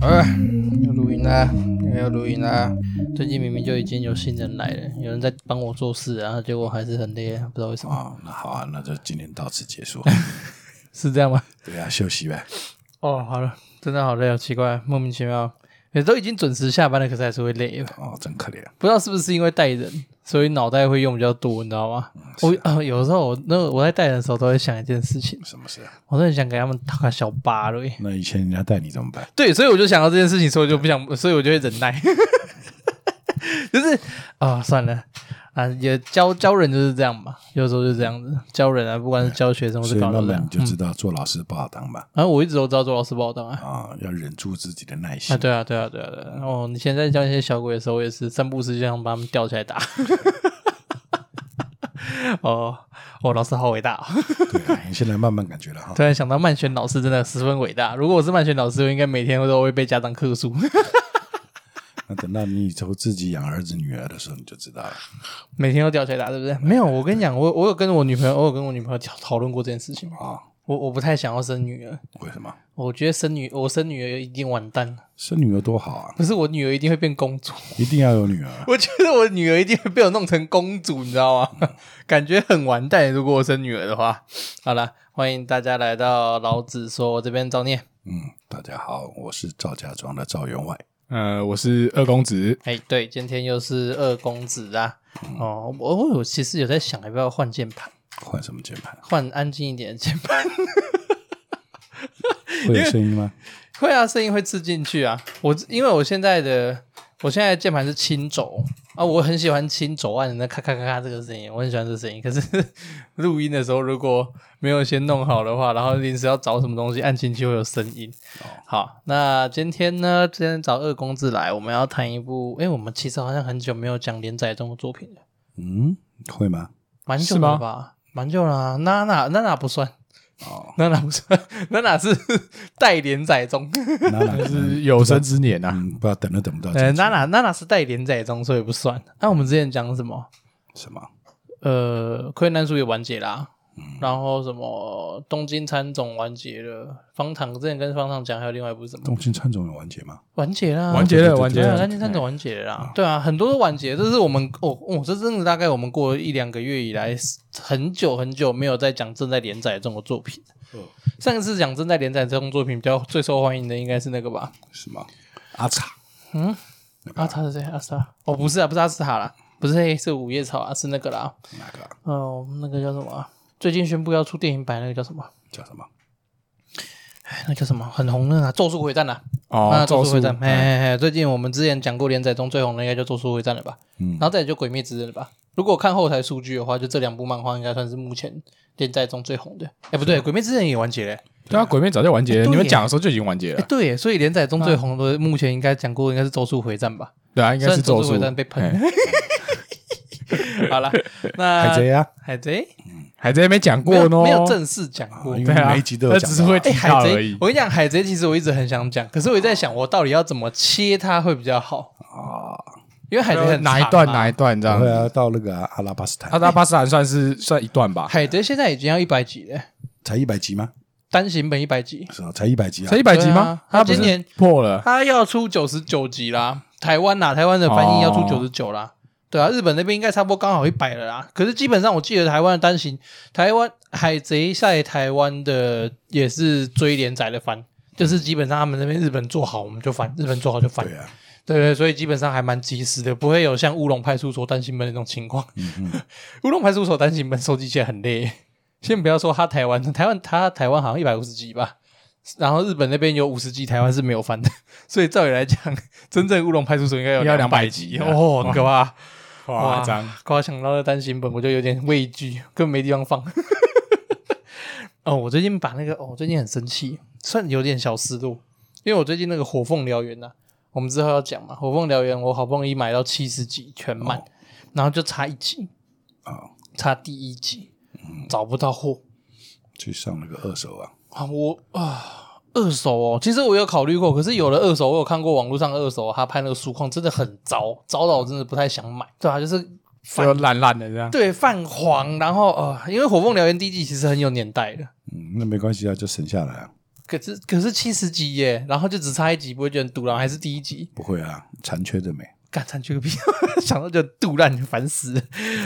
呃，要录音啦，又要录音啦！最近明明就已经有新人来了，有人在帮我做事，然后结果还是很累，不知道为什么，哦，那好啊，那就今天到此结 束。是这样吗？对啊，休息呗。哦，好了，真的好累哦，奇怪，莫名其妙，也都已经准时下班了，可是还是会累吧？哦，真可怜。不知道是不是因为带人，所以脑袋会用比较多，你知道吗？我啊、有时候我那个我在带人的时候都会想一件事情，什么事、啊？我都很想给他们打个小巴欸瑞。那以前人家带你怎么办？对，所以我就想到这件事情，所以我就不想，所以我就会忍耐。 就是啊、算了啊，也教教人就是这样嘛，有时候就这样子教人啊，不管是教学生或所是以搞慢人慢啊你。嗯就知道做老师不好当吧？然后啊我一直都知道做老师不好当啊。啊、要忍住自己的耐心啊，。对啊，对啊，对啊，对啊！哦，你现在教那些小鬼的时候，我也是三不五时就想把他们吊起来打。 哦，哦，老师好伟大、哦！ 对啊，你现在慢慢感觉了哈。突然想到曼轩老师真的十分伟大。如果我是曼轩老师，我应该每天都会被家长克诉。那等到你以后自己养儿子女儿的时候，你就知道了。每天都吊起来打，对不对？没有，我跟你讲，我我有跟我女朋友，我有跟我女朋友讨讨论过这件事情。啊，我我不太想要生女儿，为什么？我觉得生女我生女儿一定完蛋，生女儿多好啊！不是我女儿一定会变公主， 一定要有女儿。啊我觉得我女儿一定会被我弄成公主，你知道吗？ 感觉很完蛋，如果我生女儿的话。好了，欢迎大家来到老子说我这边造孽。嗯，大家好，我是赵家庄的赵员外。呃，我是二公子，哎，对，今天又是二公子啊。哦，我我有其实有在想要不要换键盘，换什么键盘？换安静一点的键盘。会有声音 吗？会啊，声音会吃进去啊。我因为我现在的我现在的键盘是轻轴啊，我很喜欢轻轴按的那咔咔咔咔这个声音，我很喜欢这声音。可是 录音的时候如果没有先弄好的话，然后临时要找什么东西按进去会有声音。好，那今天呢，今天找二公子来，我们要谈一部，诶，我们其实好像很久没有讲连载中的作品了，嗯，会吗？蛮久了吧？蛮久了、啊，娜娜娜娜不算，哦，娜娜不算， 娜娜是带连载中。那那但是有生之年呐、啊，嗯，不知道等都等不到这呃，一集。娜娜娜娜是带连载中，所以不算。那、我们之前讲什么？什么？呃，柯南书也完结啦，嗯然后什么东京参总完结了，方糖之前跟方糖讲还有另外一部是什么东京川总有完结吗？完结啦，完结了，对完对结啊，了东。京参总完结了啦，对啊，很多都完结，这是我们哦哦，这真的大概我们过了一两个月以来，很久很久没有在讲正在连载中的作品。哦上一次讲正在连载中作品比较最受欢迎的应该是那个吧？什么？阿茶阿塔是谁？阿斯塔？哦，不是啊，不是阿斯塔啦，不是黑色五叶草啊，是那个啦。哪个啊哦，那个叫什么啊？最近宣布要出电影版，那个叫什么？叫什么？哎，那叫什么？很红的啊，《咒术回战》啊，啊，哦《咒咒术回战》哎哎哎哎，最近我们之前讲过连载中最红的应该就《咒术回战》了吧？嗯然后再也就《鬼灭之刃》了吧？如果看后台数据的话，就这两部漫画应该算是目前连载中最红的。哎，不对，《鬼灭之刃》也完结了。对啊，鬼面早就完结哎了，对耶你们讲的时候就已经完结哎，了。对耶，所以连载中最红的，目前应该讲过应该是《咒术回战》吧？对啊，应该虽是然咒咒术术回战被喷哎 好了，那海贼啊，海贼海贼没讲没过有呢，没有正式讲过啊，因对为啊，每一集都有那讲只到是会哎、提到海而贼已，。我跟你讲，海贼其实我一直很想讲，可是我一直在想，我到底要怎么切它会比较好？啊，因为海贼很哦哪一长啊段嘛哪一段嗯这样后？来到那个啊阿拉巴斯阿坦，达巴斯坦算是算一段吧，海贼现在已经要一百集了，才一百集吗？单行本一百集，是啊，才一百集啊才。一百集对吗啊？他他不今是年破了，他要出九十九集啦。台湾啦，台湾的翻译要出哦九十九啦。对啊，日本那边应该差不多刚好一百了啦。可是基本上我记得台湾的单行，台湾海贼在台湾的也是追连载的翻，就是基本上他们那边日本做好我们就翻，日本做好就翻。对啊，对对，所以基本上还蛮及时的，不会有像乌龙派出所单行本那种情况。 乌龙派出所单行本收集起来很累，先不要说他台湾，台湾他台湾好像一百五十集吧，然后日本那边有五十集，台湾是没有翻的， 所以照理来讲，真正乌龙派出所应该有应该200 200集啊哦，很可怕。夸张。光想到那单行本，我就有点畏惧， 根本没地方放。哦，我最近把那个，哦，我最近很生气，算有点小失落，因为我最近那个《火凤燎原》呐，我们之后要讲嘛，《火凤燎原》我好不容易买到七十集全满，哦然后就差一集，啊，差第一集，嗯找不到货去上那个二手啊，啊，我啊。二手哦，其实我有考虑过，可是有了二手，我有看过网络上的二手，他拍那个书况真的很糟，糟到我真的不太想买。对啊，就是反就烂烂的这 样，对，泛黄，然后呃，因为《火凤燎原》第一季其实很有年代的，嗯，那没关系啊，就省下来啊。可是可是七十集耶，然后就只差一集，不会觉得很堵然，还是第一集，不会啊，残缺的美。干残缺个屁， 想到就堵烂，烦死了。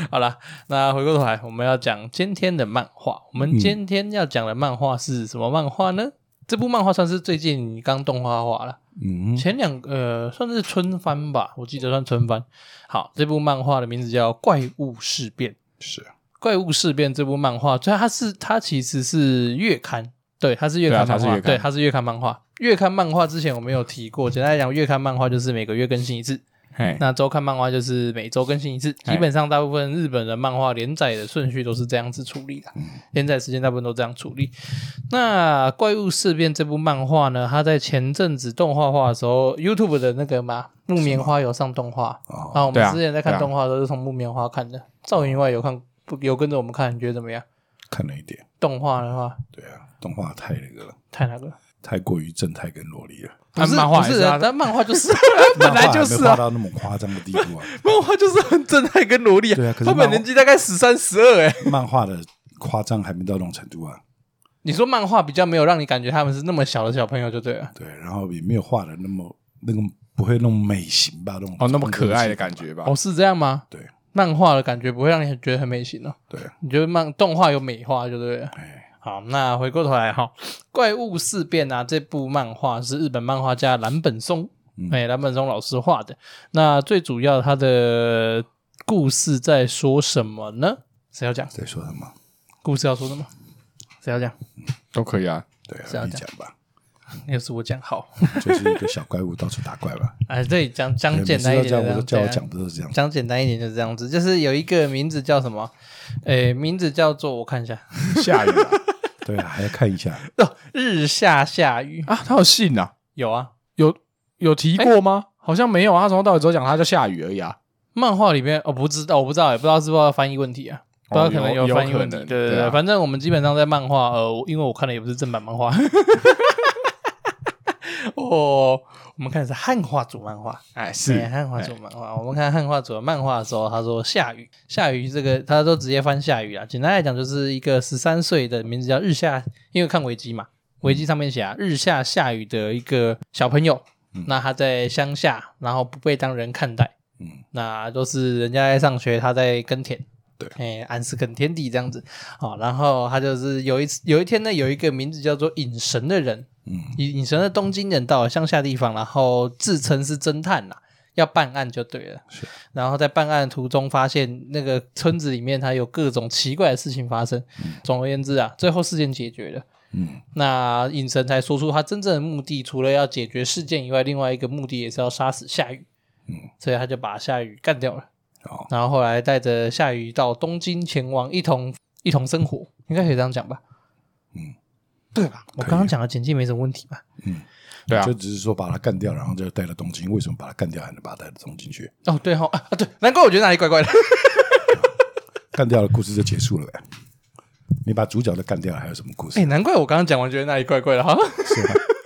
好了，那回过头来，我们要讲今天的漫画。我们今天要讲的漫画是什么漫画呢？这部漫画算是最近刚动画化了，嗯，前两呃算是春番吧，我记得算春番。好，这部漫画的名字叫《怪物事变》。是《怪物事变》这部漫画，所以它是它其实是月刊，对，它是月对啊刊漫它是画，月刊对，它是月刊漫画。月刊漫画之前我们有提过，简单来讲，月刊漫画就是每个月更新一次，嘿，那周刊漫画就是每周更新一次。哎基本上大部分日本的漫画连载的顺序都是这样子处理的，嗯连载时间大部分都这样处理。那《怪物事变》这部漫画呢，它在前阵子动画化的时候，YouTube 的那个嘛木棉花有上动画，哦，啊，我对们啊之前在看对啊动画都是从木棉花看的，赵云外有看不有跟着我们看，你觉得怎么样？看了一点，动画的话对啊，动画太那个了，太那个，太过于正太跟萝莉了，不啊是漫画不还是是啊他，但漫画就是 本漫画来还就没是画啊，到那么夸张的地步啊，漫画就是很正太跟萝莉对啊啊可，是他漫们画年纪大概十三十二哎。漫画的夸张还没到那种程度啊，你说漫画比较没有让你感觉他们是那么小的小朋友就对了，对，然后也没有画的那么那个不会那种美型吧，那种哦，那么可爱的感觉吧？哦是这样吗？对漫画的感觉不会让你觉得很美型哦，对，你觉得漫动画有美化就对了。哎，好，那回过头来哈，《怪物事变》啊，这部漫画是日本漫画家蓝本松，嗯哎、蓝本松老师画的。那最主要他的故事在说什么呢？谁要讲？在说什么？故事要说什么？谁要讲？都可以啊。对是要啊，你这讲 吧，又是我讲好，就是一个小怪物到处打 怪吧，哎，对，讲对讲每简次单都一这点样，的，我都叫我对啊讲，不哎都是这样？讲简单一点就是这样子，就是有一个名字叫什么？诶，名字叫做我看一下，下雨了对啊，还要看一下，哦，日下下雨啊，他有信啊？有啊，有有提过吗？好像没有啊，他从头到尾只有讲他叫下雨而已啊。漫画里面我、哦、不知道，我不知道，也不知道是不是翻译问题啊，不知道哦可能有有翻译可问题。能对对啊反正我们基本上在漫画，呃，我因为我看的也不是正版漫画， 哦，我们看的是汉化组漫画，哎，对汉化组漫画。我们看汉化组的漫画的时候，他说下雨，下雨这个他都直接翻下雨啊。简单来讲，就是一个十三岁的名字叫日下，因为看维基嗯嘛，维基上面写啊，日下下雨的一个小朋友，那他在乡下，然后不被当人看待。嗯，那都是人家在上学，他在耕田，对哎、安室耕田地这样子哦。然后他就是有一次有一天呢，有一个名字叫做隐神的人，嗯，隐神的东京人到了乡下地方，然后自称是侦探啦，要办案就对了。是，然后在办案的途中发现那个村子里面，他有各种奇怪的事情发生。总而言之啊，最后事件解决了。嗯，那隐神才说出他真正的目的，除了要解决事件以外，另外一个目的也是要杀死夏雨。嗯，所以他就把夏雨干掉了。哦，然后后来带着夏雨到东京前往一同一同生活，应该可以这样讲吧？嗯，对吧？我可以刚刚讲的简介没什么问题吧？对啊就，只是说把他干掉，然后就带到东京。为什么把他干掉还能把他带到东京去？哦，对哦，啊啊对，难怪我觉得哪里怪怪的。干掉了，故事就结束了呗。你把主角都干掉了，还有什么故事？哎，难怪我刚刚讲完觉得哪里怪怪的哈。是吧？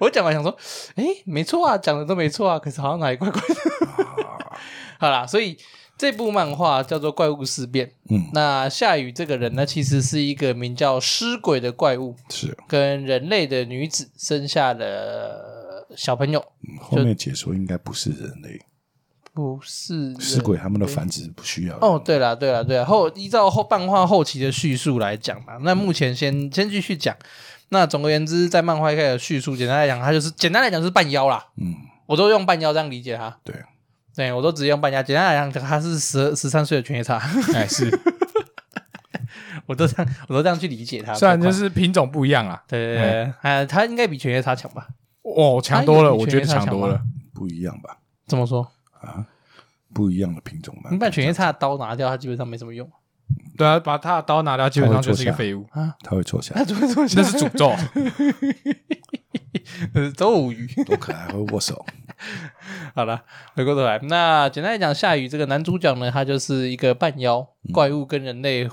我讲完想说，哎，没错啊，讲的都没错啊，可是好像哪里怪怪的。啊 好啦，所以这部漫画叫做《怪物事变》。嗯，那夏雨这个人呢，其实是一个名叫尸鬼的怪物，是。跟人类的女子生下了小朋友，嗯后面解说应该不是人类，不是人是鬼他们的繁殖不需要。哦，对了，对了，对了，后依照后漫画后期的叙述来讲嘛，那目前先先继续讲。那总而言之，在漫画一开始的叙述，简单来讲，它就是简单来讲就是半妖啦，嗯，我都用半妖这样理解它。对，对，我都直接用半妖。简单来讲，它是十十三岁的犬夜叉， 哎是，我都这样，我都这样去理解它。虽然就比是品种不一样啊，较快对对对，对呃，它应该比犬夜叉强吧？哦，强多它了，有比我觉得犬夜叉强多强了吗。不一样吧？怎么说？啊，不一样的品种吧？你把犬夜叉的刀拿掉，它基本上没什么用对啊，把他的刀拿掉，基本上就是一个废物，啊。他会坐下，它怎么这么那 是诅咒。呃咒语？多可爱，会 握手。好了，回过头来，那简单来讲，夏雨这个男主角呢，他就是一个半妖嗯怪物跟人类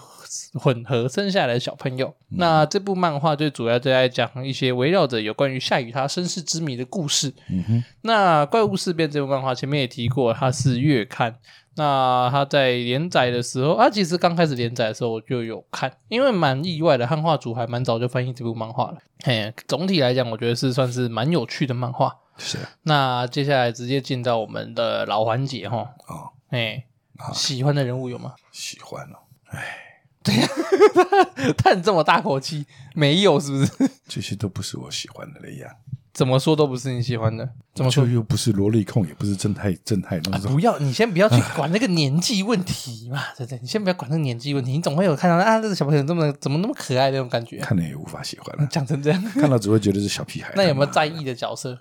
混合生下来的小朋友。嗯那这部漫画最主要就在讲一些围绕着有关于夏雨他身世之谜的故事。嗯哼，那《怪物事变》这部漫画前面也提过，它是月刊。那他在连载的时候，他啊其实刚开始连载的时候我就有看，因为蛮意外的，汉化组还蛮早就翻译这部漫画了。嘿，总体来讲，我觉得是算是蛮有趣的漫画。是那接下来直接进到我们的老环节哈，哦，哎好，喜欢的人物有吗？ 喜欢哦，叹这么大口气，没有是不是？ 这些都不是我喜欢的类呀。怎么说都不是你喜欢的，怎么说啊就？又不是萝莉控，也不是正太正太那种不要，你先不要去管那个年纪问题嘛， 对不对？你先不要管那个年纪问题，你总会有看到啊，这个小朋友这么怎么那么可爱的那种感觉、 看了也无法喜欢了， 讲成这样，看到只会觉得是小屁孩。那有没有在意的角色？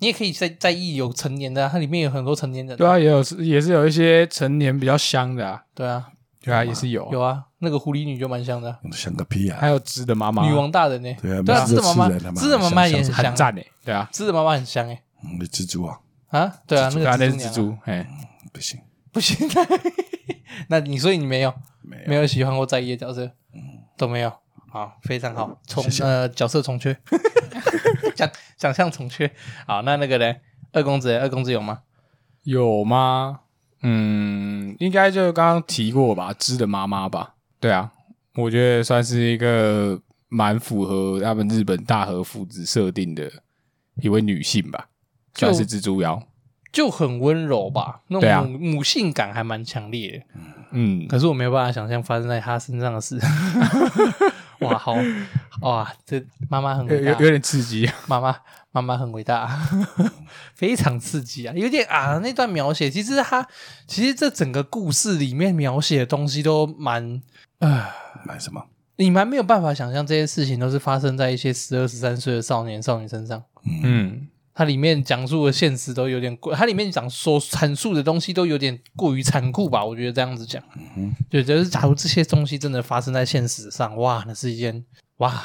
你也可以在在意有成年的、啊，它里面有很多成年人、对啊，也有也是有一些成年比较香的啊，对啊，对啊，也是有，有啊，那个狐狸女就蛮像的啊、用得像个屁呀还！有汁的妈妈，女王大人呢、对啊对啊，每次织都的妈妈吃人他，妈织的妈妈也很想很香，赞诶，对啊，织的妈妈很香哎、嗯蜘蛛啊，啊，对啊，那对啊，个那是娘啊蜘蛛，哎，不行，不行， 那你所以你没有没有没有喜欢过在意的角色，嗯都没有，好，非常好，重谢谢呃角色重缺， 奖奖项重缺，好，那那个嘞，二公子嘞，二公子有吗？有吗？嗯，应该就刚刚提过吧，知的妈妈吧。对啊，我觉得算是一个蛮符合他们日本大和父子设定的一位女性吧，就算是蜘蛛妖。就很温柔吧，那对啊种母,、母性感还蛮强烈的。嗯，可是我没有办法想象发生在他身上的 事。哇，好哇，这妈妈很有伟有大有，点刺激。妈妈妈妈很伟大， 非常刺激啊！有点啊，那段描写其实他其实这整个故事里面描写的东西都蛮买什么？你蛮没有办法想象这些事情都是发生在一些十二十三岁的少年少女身上。嗯，它里面讲述的现实都有点过，它里面讲所阐述的东西都有点过于残酷吧？我觉得这样子讲，对，就是假如这些东西真的发生在现实上，哇，那是一件哇，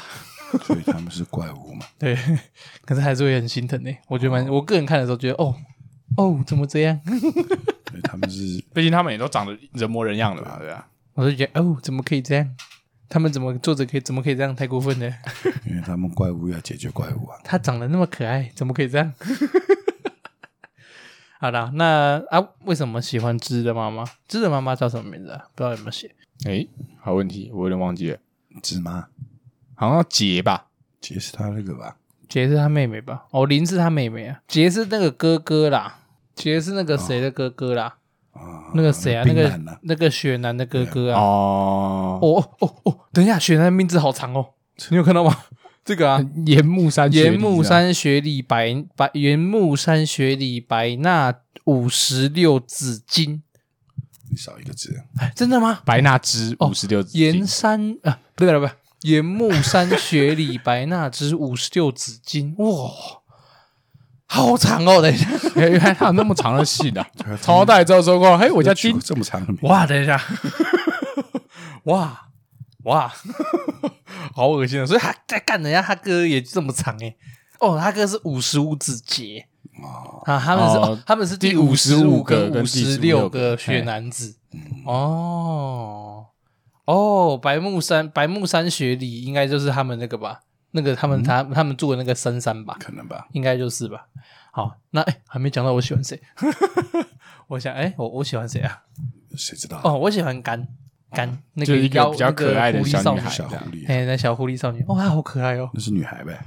所以他们是怪物嘛？ 对， 可是还是会很心疼呢。我觉得蛮，我个人看的时候觉得，哦哦，怎么这样？所以他们是毕竟他们也都长得人模人样的嘛，对啊。我就觉得，哦，怎么可以这样？他们怎么作者可以怎么可以这样？太过分了！因为他们怪物要解决怪物啊。他长得那么可爱，怎么可以这样？ 好啦，那啊，为什么喜欢织的妈妈？织的妈妈叫什么名字啊？不知道有没有写？诶，好问题，我有点忘记了，芝麻好像叫杰吧？杰是他那个吧？杰是他妹妹吧？哦，林是他妹妹啊。杰是那个哥哥啦，杰是那个谁哦的哥哥啦？啊，那个谁啊？那冰个男啊，那个雪男的哥哥啊。哦，哦哦哦哦，等一下，雪男的名字好长哦，你有看到吗？ 这个啊，岩木山雪梨岩啊，木山雪里白白岩木山雪里白那五十六紫金。你少一个字，哎，真的吗？白纳之五十六岩 山啊，不对不对，不对岩木山雪里白 纳之五十六紫金，哇，好长哦！等一下，哎原来他有那么长的戏 的。从头到尾只啊嗯有说过，嘿，我我叫金，这么长的名字，哇，等一下， 哇哇， 好恶心啊！所以他在干人家他哥也这么长哎、哦，他哥是五十五指节哦啊，他们是、哦哦他们是第五五55个五跟第十16个个血男子哦哦，白木山白木山雪里应该就是他们那个吧，那个他们、他他们住的那个深山吧，可能吧？应该就是吧。好，那哎、还没讲到我喜欢谁， 我想哎、我我喜欢谁啊？谁知道？哦，我喜欢干干那哦就个是一个妖比较可爱的那个狐狸小少女女孩小狐狸，啊哎，那小狐狸少女，哇、她好可爱哦！那是女孩呗？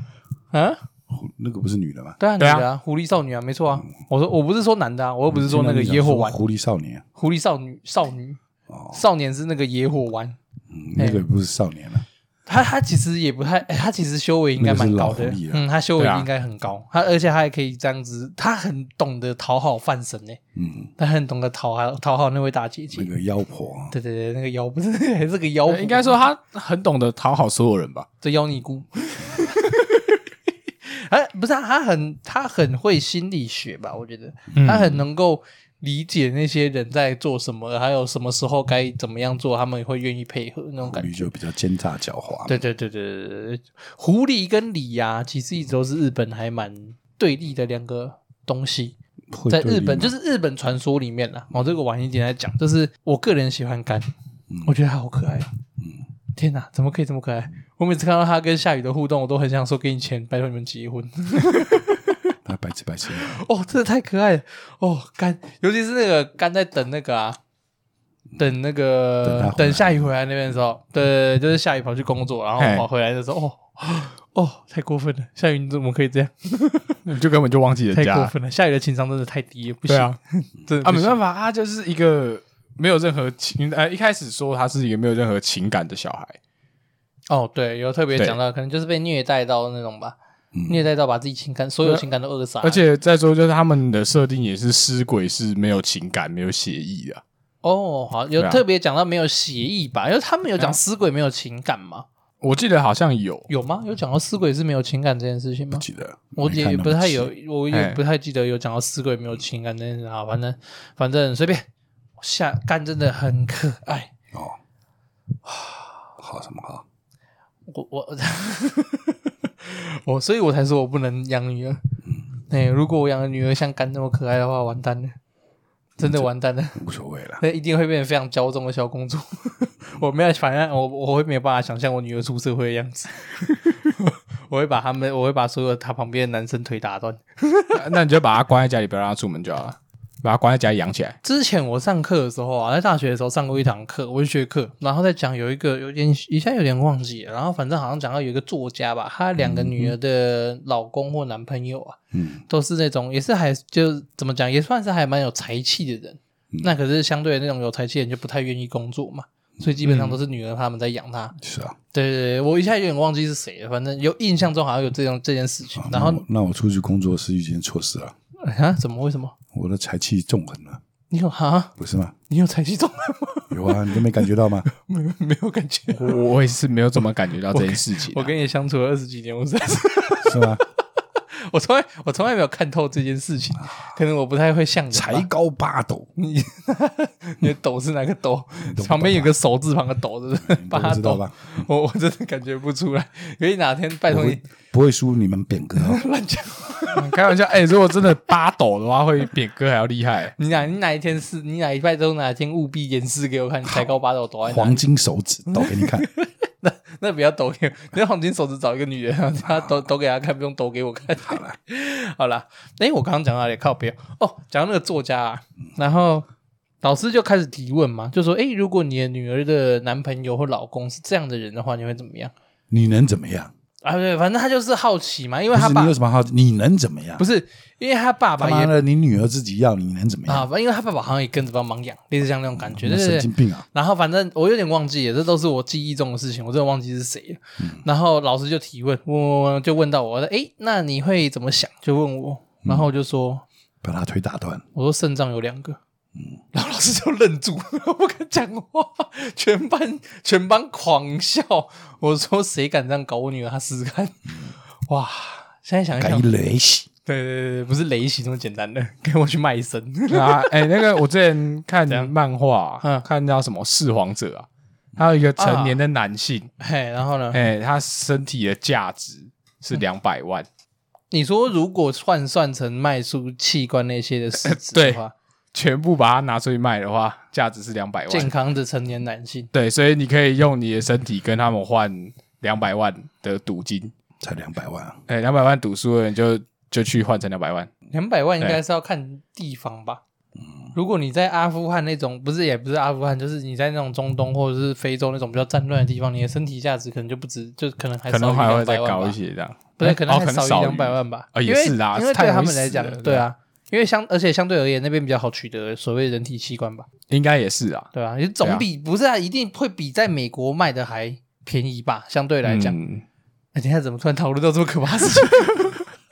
啊，狐那个不是女的吗？对啊，女对啊的啊，狐狸少女啊，没错啊。我说我不是说男的啊，我又不是说那个野火丸，狐狸少年，狐狸少女少女哦少年是那个野火丸，嗯那个不是少年了，啊他他其实也不太，哎他其实修为应该蛮高的那个是老狐狸，啊嗯，他修为对啊应该很高，他而且他还可以这样子，他很懂得讨好范神呢，嗯，他很懂得讨好讨好那位大姐姐。那个妖婆啊，对对对，那个妖不是 还是个妖婆，哦应该说他很懂得讨好所有人吧？这妖尼姑。 哎，不是、啊，他很他很会心理学吧？我觉得、他很能够理解那些人在做什么，还有什么时候该怎么样做，他们会愿意配合那种狐感觉。狸就比较奸诈狡猾，对对对对对对，狐狸跟狸呀、其实一直都是日本还蛮对立的两个东西。会在对立日本吗就是日本传说里面啦，哦，这个晚一点来讲，就是我个人喜欢干，我觉得他好可爱，嗯嗯，天哪，怎么可以这么可爱？我每次看到他跟夏雨的互动，我都很想说给你钱，拜托你们结婚。他白痴白痴。 哦，真的太可爱了哦！干，尤其是那个干在等那个啊，等那等他回个来等夏雨回来那边的时候，对对对，就是夏雨跑去工作，然后嘿跑回来的时候，哦哦，太过分了！夏雨你怎么可以这样？你就根本就忘记人太家过了。分了！夏雨的情商真的太低了，不行， 对真啊，的啊，不没行办法，他就是一个没有任何情，呃，一开始说他是一个没有任何情感的小孩，哦，对，有特别对嗯讲到，可能就是被虐待到那种吧，虐待到把自己情感所有情感都扼杀，而且再说就是他们的设定也是尸鬼是没有情感、没有血意的啊，哦，好，有对啊特别讲到没有协议吧？因为他们有对啊讲死鬼没有情感吗？我记得好像有，有吗？有讲到死鬼是没有情感这件事情吗不？记得，我没看也那不么太细有，我哎也不太记得有讲到死鬼没有情感这件事啊。反正反正随便，下干真的很可爱。哦。好什么好？我我 我，所以我才说我不能养女儿。哎、如果我养的女儿像干那么可爱的话，完蛋了，真的完蛋了。无所谓了。那一定会变成非常骄纵的小公主。 我没有，反正我我会没有办法想象我女儿出社会的样子。 我会把他们，我会把所有她旁边的男生腿打断。那那你就把他关在家里，不要让他出门就好了，把他关在家里养起来。之前我上课的时候啊，在大学的时候上过一堂课，文学课，然后在讲有一个有点一下有点忘记了，然后反正好像讲到有一个作家吧，他两个女儿的老公或男朋友啊，嗯，都是那种也是还就是怎么讲，也算是还蛮有才气的人。那可是相对的那种有才气的人就不太愿意工作嘛，所以基本上都是女儿他们在养他。是啊。对对对，我一下有点忘记是谁了，反正有印象中好像有这种这件事情。然后啊那我那我出去工作是一件错事啊，啊，怎么为什么？我的才气纵横了，你有哈？不是吗？你有才气中吗？有啊， 你都没感觉到吗？ 没有没有感觉。我我也是没有怎么感觉到这件事情啊、我跟你相处了二十几年，我实在是 是吗？我从来我从来没有看透这件事情，可能我不太会像你吧啊才高八斗，你 你的抖是哪个抖？旁边有个手字旁的抖，是不是？你都八嗯不知道抖吧？我我真的感觉不出来。可以哪天拜我托你会不会输你 们扁哥哦？乱讲，开玩笑，哎、如果真的八斗的话，会比哥还要厉害。你哪你哪一天是你哪一拜都哪天务必演示给我看，你才高八斗抖在哪里黄金手指抖 给你看，那不要抖给我， 你要黄金手指找一个女人，然后她 抖抖给她看，不用抖给我看。好了， 好了，哎，我刚刚讲到哪里？靠边哦，讲到那个作家、啊，然后老师就开始提问嘛，就说：哎，如果你的女儿的男朋友或老公是这样的人的话，你会怎么样？你能怎么样？啊，对，反正他就是好奇嘛，因不为他是爸你有什么好？你能怎么样不？是因为他爸他爸妈也的，你女儿自己要，你能怎么啊，样？反正因为他爸爸好像也跟着帮忙养，类似像那种感觉，对你对神对经。病啊！然后反正我有点忘记了，这都是我记忆中的事情，我真的忘记是谁了。嗯然后老师就提问，问问问，就问到我，诶，那你会怎么想？就问我，嗯然后我就说，把他腿打断，我说肾脏有两个。嗯然后老师就愣住， 不敢讲话，全班全班狂笑。我说谁敢这样搞我女儿？她试试看。哇，现在想一嗯改想，一对雷洗，对对，对不是雷袭这么简单的， 给我去卖身。 啊，哎、那个我之前看漫画、啊嗯看到什么弑皇者啊，他有一个成年的男性，嘿，然后呢？哎、他身体的价值是两百万，你说如果换算成卖出器官那些的市值对的话，全部把它拿出去卖的话，价值是两百健万。康的成年男性，对，所以你可以用你的身体跟他们换两百万的赌金，才两百万啊，哎、两百万赌输了你就就去换成两百万。两百万应该是要看地方吧。如果你在阿富汗那种，不是也不是阿富汗，就是你在那种中东或者是非洲那种比较战乱的地方，你的身体价值可能就不止，就可能还可能还会再高高一，些这样，不对，哎可能哦还可能少于少两百万吧。啊也因为是啦因为太对容易他们来死了讲，对对啊啊，因为相而且相对而言那边比较好取得所谓人体器官吧，应该也是啊。对吧、也总比不是啊，一定会比在美国卖的还便宜吧，相对来讲。嗯哎，等一下怎么突然讨论到这么可怕的事情？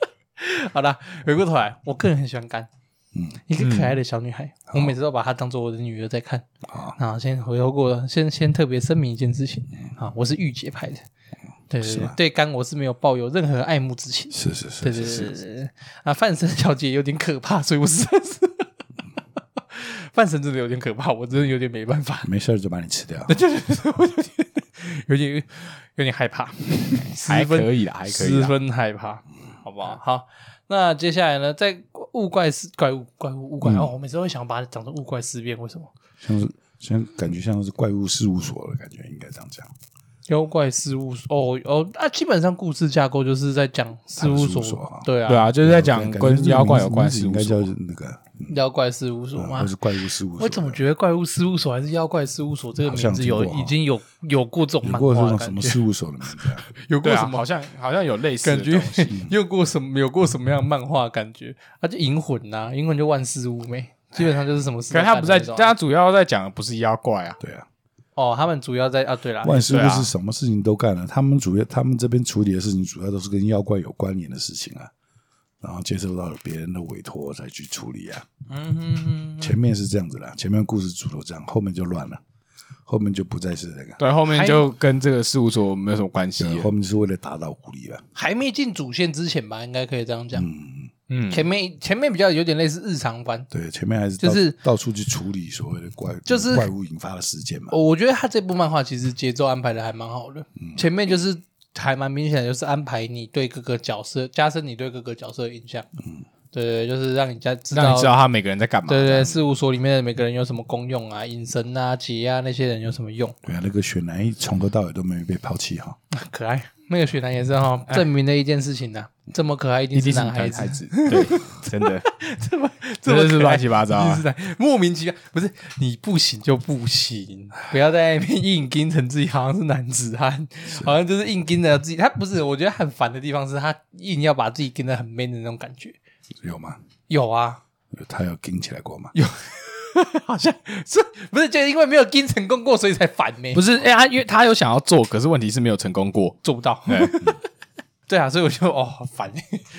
好啦，回过头来，我个人很喜欢干，嗯一个可爱的小女孩，我每次都把她当做我的女儿在看。好啊，先回头过，先先特别声明一件事情啊，我是御姐派的，对对嗯是对吧，对干我是没有抱有任何爱慕之情。是是对对是是是，对对对，啊，范神小姐有点可怕，所以我实在是 范神真的有点可怕，我真的有点没办法。没事儿就把你吃掉， 有点有点害怕，还十分可以啦，还可以十啦。分害怕，好不好？好，那接下来呢，在物怪事怪物怪物物怪、哦，我每次都会想把它讲成物怪事变，为什么？像是像感觉像是怪物事务所的感觉，应该这样讲。妖怪事务所哦哦，那、基本上故事架构就是在讲事务事所，务所啊对啊，对啊，就是在讲感觉这跟个妖怪有名字关名字系，应该叫那个，妖怪事务所嗯嘛。或是怪物事务所。啊我怎么觉得怪物事务所还是妖怪事务所这个好名像字听有过啊已经有有过这种有漫过这画的种什感么觉，事务所的名字啊？ 有过对什啊，么好像好像有类似的感觉东 西有过什么有过什么样的漫画感觉？啊，就银魂呐、银魂就万事屋妹，基本上就是什么事 都可是干他的不在，那种啊。但他主要在讲的不是妖怪啊，对啊，哦，他们主要在啊，对啦，万事对屋啊是什么事情都干了，他们主要他们这边处理的事情主要都是跟妖怪有关联的事情啊，然后接受到了别人的委托再去处理啊。嗯哼哼，前面是这样子啦，前面故事主轴这样，后面就乱了，后面就不再是那个，对，后面就跟这个事务所没有什么关系对了后。面是为了打倒狐狸了。还没进主线之前吧，应该可以这样讲。嗯，前面前面比较有点类似日常番，对，前面还是就是到到处去处理所谓的怪，就是哦怪物引发的事件嘛。我我觉得他这部漫画其实节奏安排的还蛮好的，前面就是还蛮明显的，就是安排你对各个角色，加深你对各个角色的印象。嗯，对对，就是让你家知让道你知道他每个人在干嘛。对对，事务所里面的每个人有什么功用啊，隐神啊、劫啊那些人有什么用？对啊，那个雪男一从头到尾都没有被抛弃哈， 可爱，那个雪男也是哈、证明了一件事情呐、这么可爱一定一定是是男男孩孩子，子，对，真的， 这么真的是乱七八八糟啊是。男，莫名其妙，不是你不行就不行， 不要在那边硬盯成自己好像是男子汉，好像就是硬盯着自己。他不是，我觉得很烦的地方是他硬要把自己盯得很 man 的那种感觉。有吗？有啊，有他有顶起来过吗？ 好像是 不是就因为没有盯成功过，所以才烦呗？ 不是，哎、他因为他有想要做，可是问题是没有成功过。做不到。对， 对啊，所以我就哦好烦，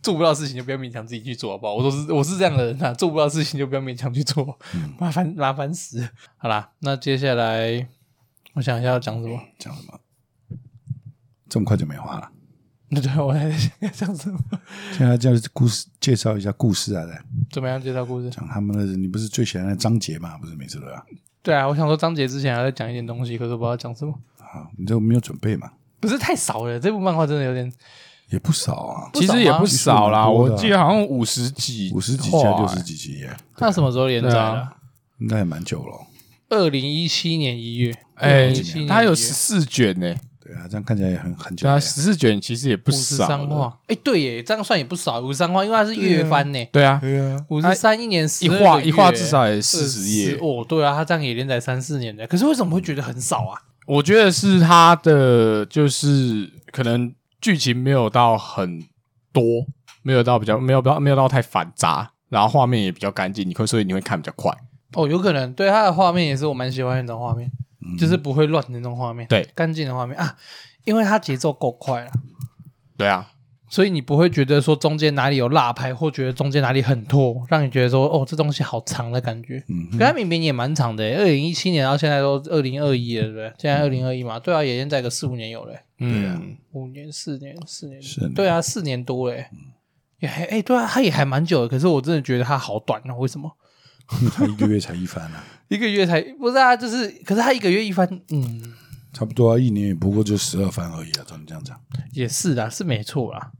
做不到的事情就不要勉强自己去做，好不好？我都是我是这样的人啊，做不到的事情就不要勉强去做，嗯麻烦麻烦死了。好啦，那接下来我想一下要讲什么？ 讲什么？这么快就没话了？那对啊我还在想要讲什么？ 现在叫故事介绍一下故事啊，来怎么样介绍故事？讲他们的。你不是最喜欢的章节嘛？不是每次都要对啊，我想说张杰之前还在讲一点东西，可是我不知道讲什么，啊？你都没有准备嘛？不是太少了。这部漫画真的有点也不少啊，不其少吗实也不少啦，其实蛮多我的啊记得好像五十几话、五十几加六十哎几集耶，那什么时候连载对的啊？应该也蛮久了哦。二零一七年一月，哎、 2017年他有1月十四卷呢、对啊，这样看起来也很很久对耶啊，。十四卷其实也不五十少三了。话，哎，对耶，这样算也不少，五十三话，因为它是月番呢。对啊，对啊，五十三一年12一个画月一画至少也四20十页。哦，对啊，他这样也连载三四年的，可是为什么会觉得很少啊？我觉得是他的就是可能剧情没有到很多，没有到比较没有到没有到太繁杂，然后画面也比较干净，你会所以你会看比较快。哦，有可能对他的画面也是我蛮喜欢的那种画面，就是不会乱的那种画面，嗯对，干净的画面啊，因为它节奏够快了，对啊，所以你不会觉得说中间哪里有落拍，或觉得中间哪里很拖，让你觉得说哦这东西好长的感觉。嗯可它明明也蛮长的，二零一七年到现在都二零二一了，对不对？现在二零二一嘛，对啊，也连载个四五年有了。嗯，五年、四年、四年，啊四年嗯对啊，四年多嘞，也还哎、对啊，它也还蛮久的。可是我真的觉得它好短哦，为什么？因为他一个月 才一番啊，一个月才不是啊，就是，可是它一个月一番，嗯，差不多啊，一年也不过就十二番而已啊。照你这样讲，也是啦，是没错啦。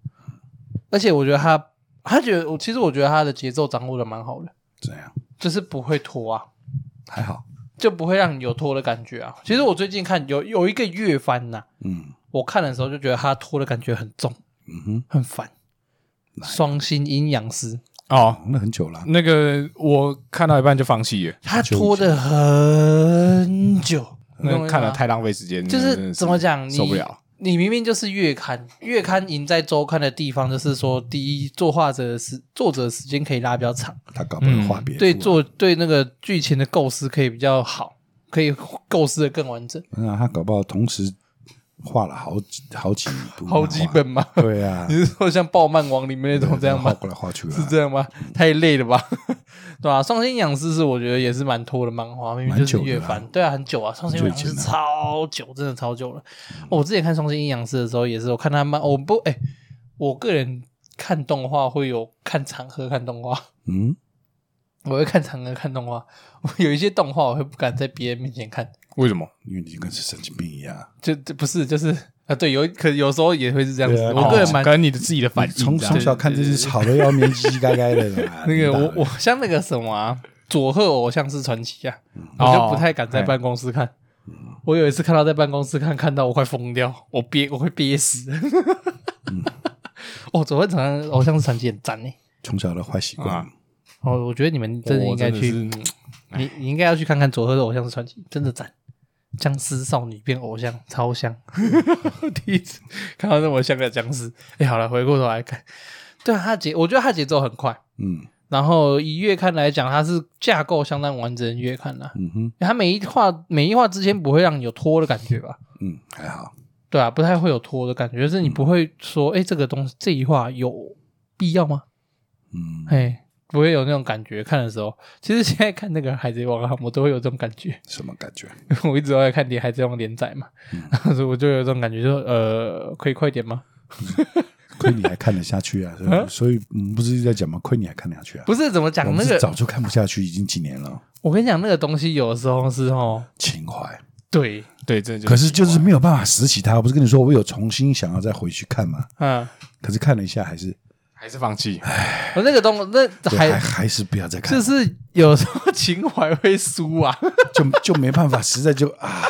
而且我觉得他，他觉得我其实我觉得他的节奏掌握的蛮好的，怎样？就是不会拖啊，还好，就不会让你有拖的感觉啊。其实我最近看有有一个月番呐、嗯我看的时候就觉得他拖的感觉很重，嗯哼，很烦。双星阴阳师，哦，那很久了。那个我看到一半就放弃了，他拖的很久，你懂我那意思看了吗太浪费时间，就真的是怎么讲，你受不了。。你明明就是月刊，月刊赢在周刊的地方，就是说，第一，作画者的时作者的时间可以拉比较长，他搞不好画别嗯对处啊做对那个剧情的构思可以比较好，可以构思的更完整。那他搞不好同时画了好几好几部漫画，好几本吗？对啊 你，是说像《暴漫王》里面那种这样画吗？过来画去了，啊是这样吗？太累了吧， 对吧、双星养师是我觉得也是蛮拖的漫画，明明就是月蛮番，对啊，很久啊。双星养师很久以前啊超久，真的超久了。哦我之前看双星阴阳师的时候，也是我看他漫，我不哎、我个人看动画会有看场合看动画， 嗯，我会看场合看动画。 我有一些动画我会不敢在别人面前看，为什么？因为你跟是神经病一样，就就不是就是啊，对，有可有时候也会是这样子。对啊我个人哦蛮跟你的自己的啊反应这样，从从小看真是吵得要命，叽叽嘎嘎的啦。 那个你我大我像那个什么啊，佐贺偶像是传奇啊，我就不太敢在办公室看。我有一次看到在办公室看看到我快疯掉，我憋我会憋死。哦，昨天常常偶像是长期很赞呢。从小的坏习惯啊。哦，我觉得你们真的应该去，我真的是你你应该要去看看佐贺的偶像是传奇，真的赞。僵尸少女变偶像，超香！ 第一次看到那么像的僵尸。哎、好了，回过头来看，对啊，他节我觉得他节奏很快，嗯然后以月刊来讲，它是架构相当完整的月刊啦、嗯哼它每一话每一话之间不会让你有拖的感觉吧？嗯，还好。对啊，不太会有拖的感觉，就是你不会说，哎、这个东西这一话有必要吗？嗯，哎，不会有那种感觉。看的时候，其实现在看那个《海贼王》啊，我都会有这种感觉。 什么感觉？我一直都在看《海贼王》连载嘛，嗯 所以我就有这种感觉，就呃，可以快点吗？亏你还看得下去啊！所以所以我们不是一直在讲吗？亏你还看得下去啊！不是怎么我讲们那是个，早就看不下去，已经几年了，我跟你讲，那个东西有的时候是哦，情怀。对，对，这就可是就是没有办法拾起它。我不是跟你说我有重新想要再回去看吗？嗯，可是看了一下，还是还是放弃。而那个东那对还还还是不要再看就，是有时候情怀会输啊。就就没办法，实在就啊，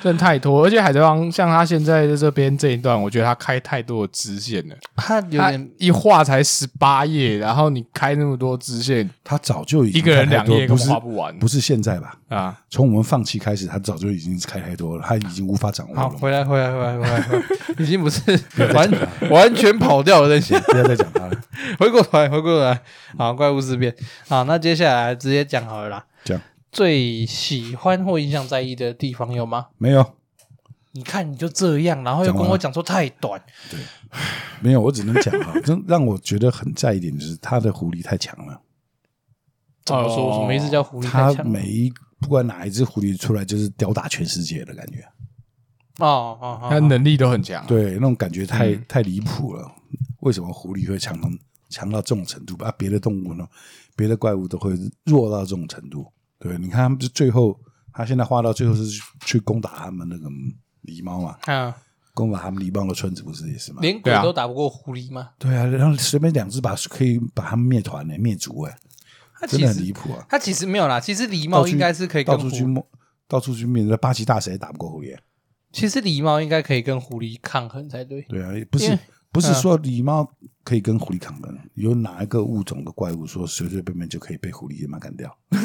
真的太多，而且海贼王像他现在在这边这一段，我觉得他开太多的支线了，他有他点一画才十八页，然后你开那么多支线，他早就已经一个人看太两多页不根是本画不完不是现在吧？啊！从我们放弃开始，他早就已经开太多了，他已经无法掌握好，了。回来，回来，回来，回来，回来已经不是完完全跑掉了那些。不要再讲他了， 回过头来，回过头来，好，怪物事变，好，那接下来直接讲好了啦。这样最喜欢或影响在意的地方有吗？没有你看你就这样，然后又讲跟完我了讲说太短，没有，我只能讲啊， 真让我觉得很在意一点就是他的狐狸太强了，怎么说？哦什么意思叫狐狸他太强？每一不管哪一只狐狸出来就是吊打全世界的感觉，哦哦他哦，能力都很强，对，那种感觉太、嗯太离谱了。为什么狐狸会强到强到这种程度？啊，别的动物呢，别的怪物都会弱到这种程度。对，你看他们就最后，他现在画到最后是去去攻打他们那个狸猫嘛，嗯，攻打他们狸猫的村子不是也是吗？连鬼对啊都打不过狐狸吗？对啊，然后随便两只把可以把他们灭团呢、灭族哎、他真其的很实离谱啊！他其实没有啦，其实狸到猫处应该是可以到跟处狐去摸，到处去灭，那八岐大蛇也打不过狐狸、其实狸猫应该可以跟狐狸抗衡才对。对啊，也不因为是不是嗯说狸猫可以跟狐狸抗衡，有哪一个物种的怪物说随随便便就可以被狐狸马 干掉？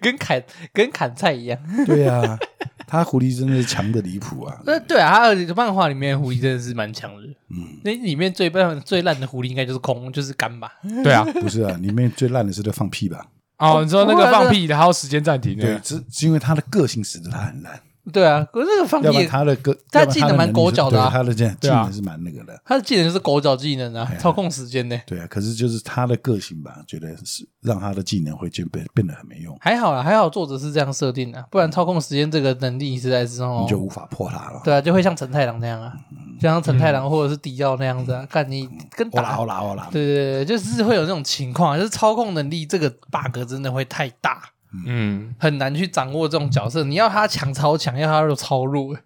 跟砍跟砍菜一样。 对啊，他狐狸真的是强的离谱啊！那对啊，而且漫画里面的狐狸真的是蛮强的。嗯，那里面最烂最烂的狐狸应该就是空，就是干吧。对 啊，不是啊，里面最烂的是在放屁吧？哦，你说那个放屁，然后时间暂停，啊对，，只是因为他的个性使得他很烂，对啊，可是这个放要不然屁，他的个他要不然技能的蛮能力狗是脚的对啊他的这样技对啊能是蛮那个的。他的技能就是狗脚技能啊哎，呀操控时间呢。对啊，可是就是他的个性吧，觉得是让他的技能会就变变得很没用，还好啦，还好作者是这样设定的，不然操控时间这个能力实在是哦你，就嗯无法破他了。对啊，就会像陈太郎那样啊，就像陈太郎或者是迪奥那样子啊，看你跟欧啦打欧，啦欧啦，对对对，就是会有这种情况啊，就是操控能力这个 bug 真的会太大。嗯，很难去掌握这种角色。你要他强超强，要他弱超弱，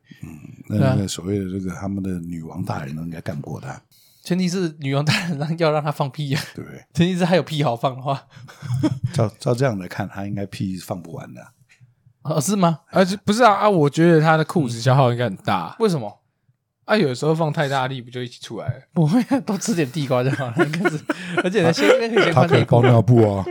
那对啊那个所谓的这个他们的女王大人应该干不过他，前提是女王大人让要让他放屁啊，对不对？前提是他有屁好放的话，照嗯照这样来看，他应该屁是放不完的。啊哦是吗？而且不是啊啊，我觉得他的裤子消耗应该很大，为什么？啊，有时候放太大力不就一起出来了？不会啊，多吃点地瓜就好了，应该是。而且呢，先那个先他换可以内包裤，尿布 哦，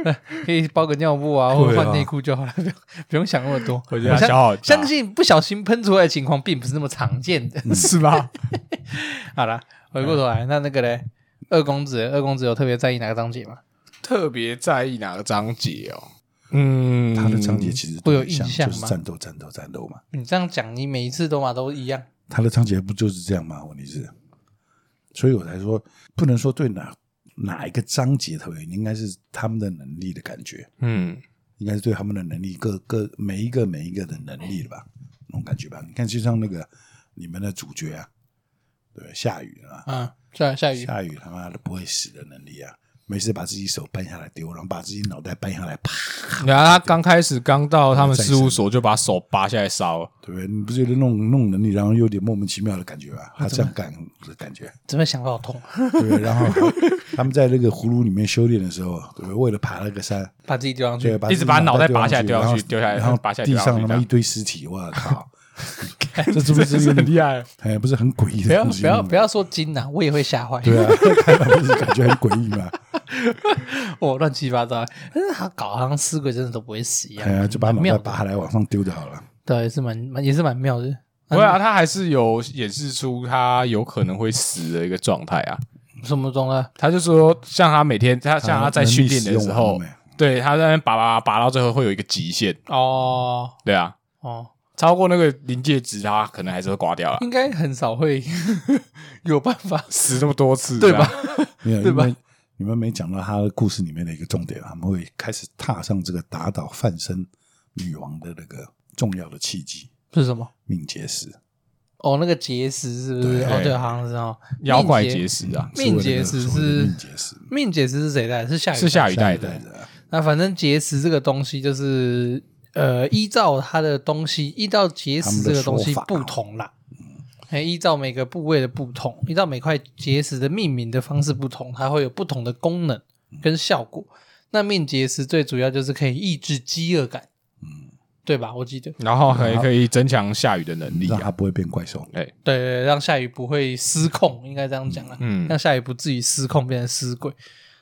可以包个尿布啊，或者对啊换内裤就好了，不用不用想那么多。我觉得他相消耗很大相信不小心喷出来的情况并不是那么常见的。嗯是吧？好啦，回过头来，那那个嘞，二公子，二公子有特别在意哪个章节吗？特别在意哪个章节哦？嗯，他的章节其实都会有很像印象就是吗战斗、战斗、战斗嘛。你这样讲，你每一次都嘛都一样。他的章节不就是这样吗？问题是，所以我才说不能说对哪哪一个章节特别，应该是他们的能力的感觉，嗯，应该是对他们的能力各各每一个每一个的能力的吧，那种感觉吧。你看，就像那个你们的主角啊，对，下雨啊，啊，下下雨，下雨他妈的不会死的能力啊，没事把自己手掰下来丢，然后把自己脑袋掰下来，啪，然后他刚开始刚到他们事务所就把手拔下来烧 了，对不对？你不觉得那种那种能力，然后有点莫名其妙的感觉啊吧？他这样干的感觉，怎么想到好痛，对。然后他们在那个葫芦里面修炼的时候，对，为了爬那个山，把自己丢上去对，，把嗯一直把脑脑袋拔下来丢上丢下去然后丢下来拔下来地丢下去上他这妈样一堆尸体，我 靠！这是不是有点厉害。哎，不是很诡异不的要东西不要吗不要说金呐、我也会吓坏，对啊， 看到不是感觉很诡异 吗？ 我乱七八糟，但是他搞好像尸鬼真的都不会死一样，哎呀，就把脑蛮妙袋的拔下来往上丢就好了。对，也是蛮蛮也是蛮妙的， 不会啊，他还是有演示出他有可能会死的一个状态啊。什么状态？他就说，像他每天，他像他在训练的时能力使用哎候完了，对他在那边拔拔拔拔到最后会有一个极限，哦对啊，哦，超过那个临界值，他可能还是会挂掉啊了。应该很少会 有办法，啊死这么多次，啊对 吧？ 没有，对因吧为你们没讲到他的故事里面的一个重点，他们会开始踏上这个打倒范生女王的那个重要的契机是什么？ ——命结石。哦，那个结石是不是？对哦，对，好像是哦，妖怪结结石啊，命结是为石了那个所谓的是命结石，命结石是谁带的？是夏雨是带的下雨带的对，的，那反正结石这个东西就是，呃，依照它的东西，依照结石这个东西他们的说不法同啦。哎，依照每个部位的不同，依照每块结石的命名的方式不同，它会有不同的功能跟效果。那命结石最主要就是可以抑制饥饿感，嗯，对吧？我记得，然后还可以增强下雨的能力让啊。他不会变怪兽。哎，对对，让下雨不会失控，应该这样讲啦。嗯让下雨不至于失控变成失鬼。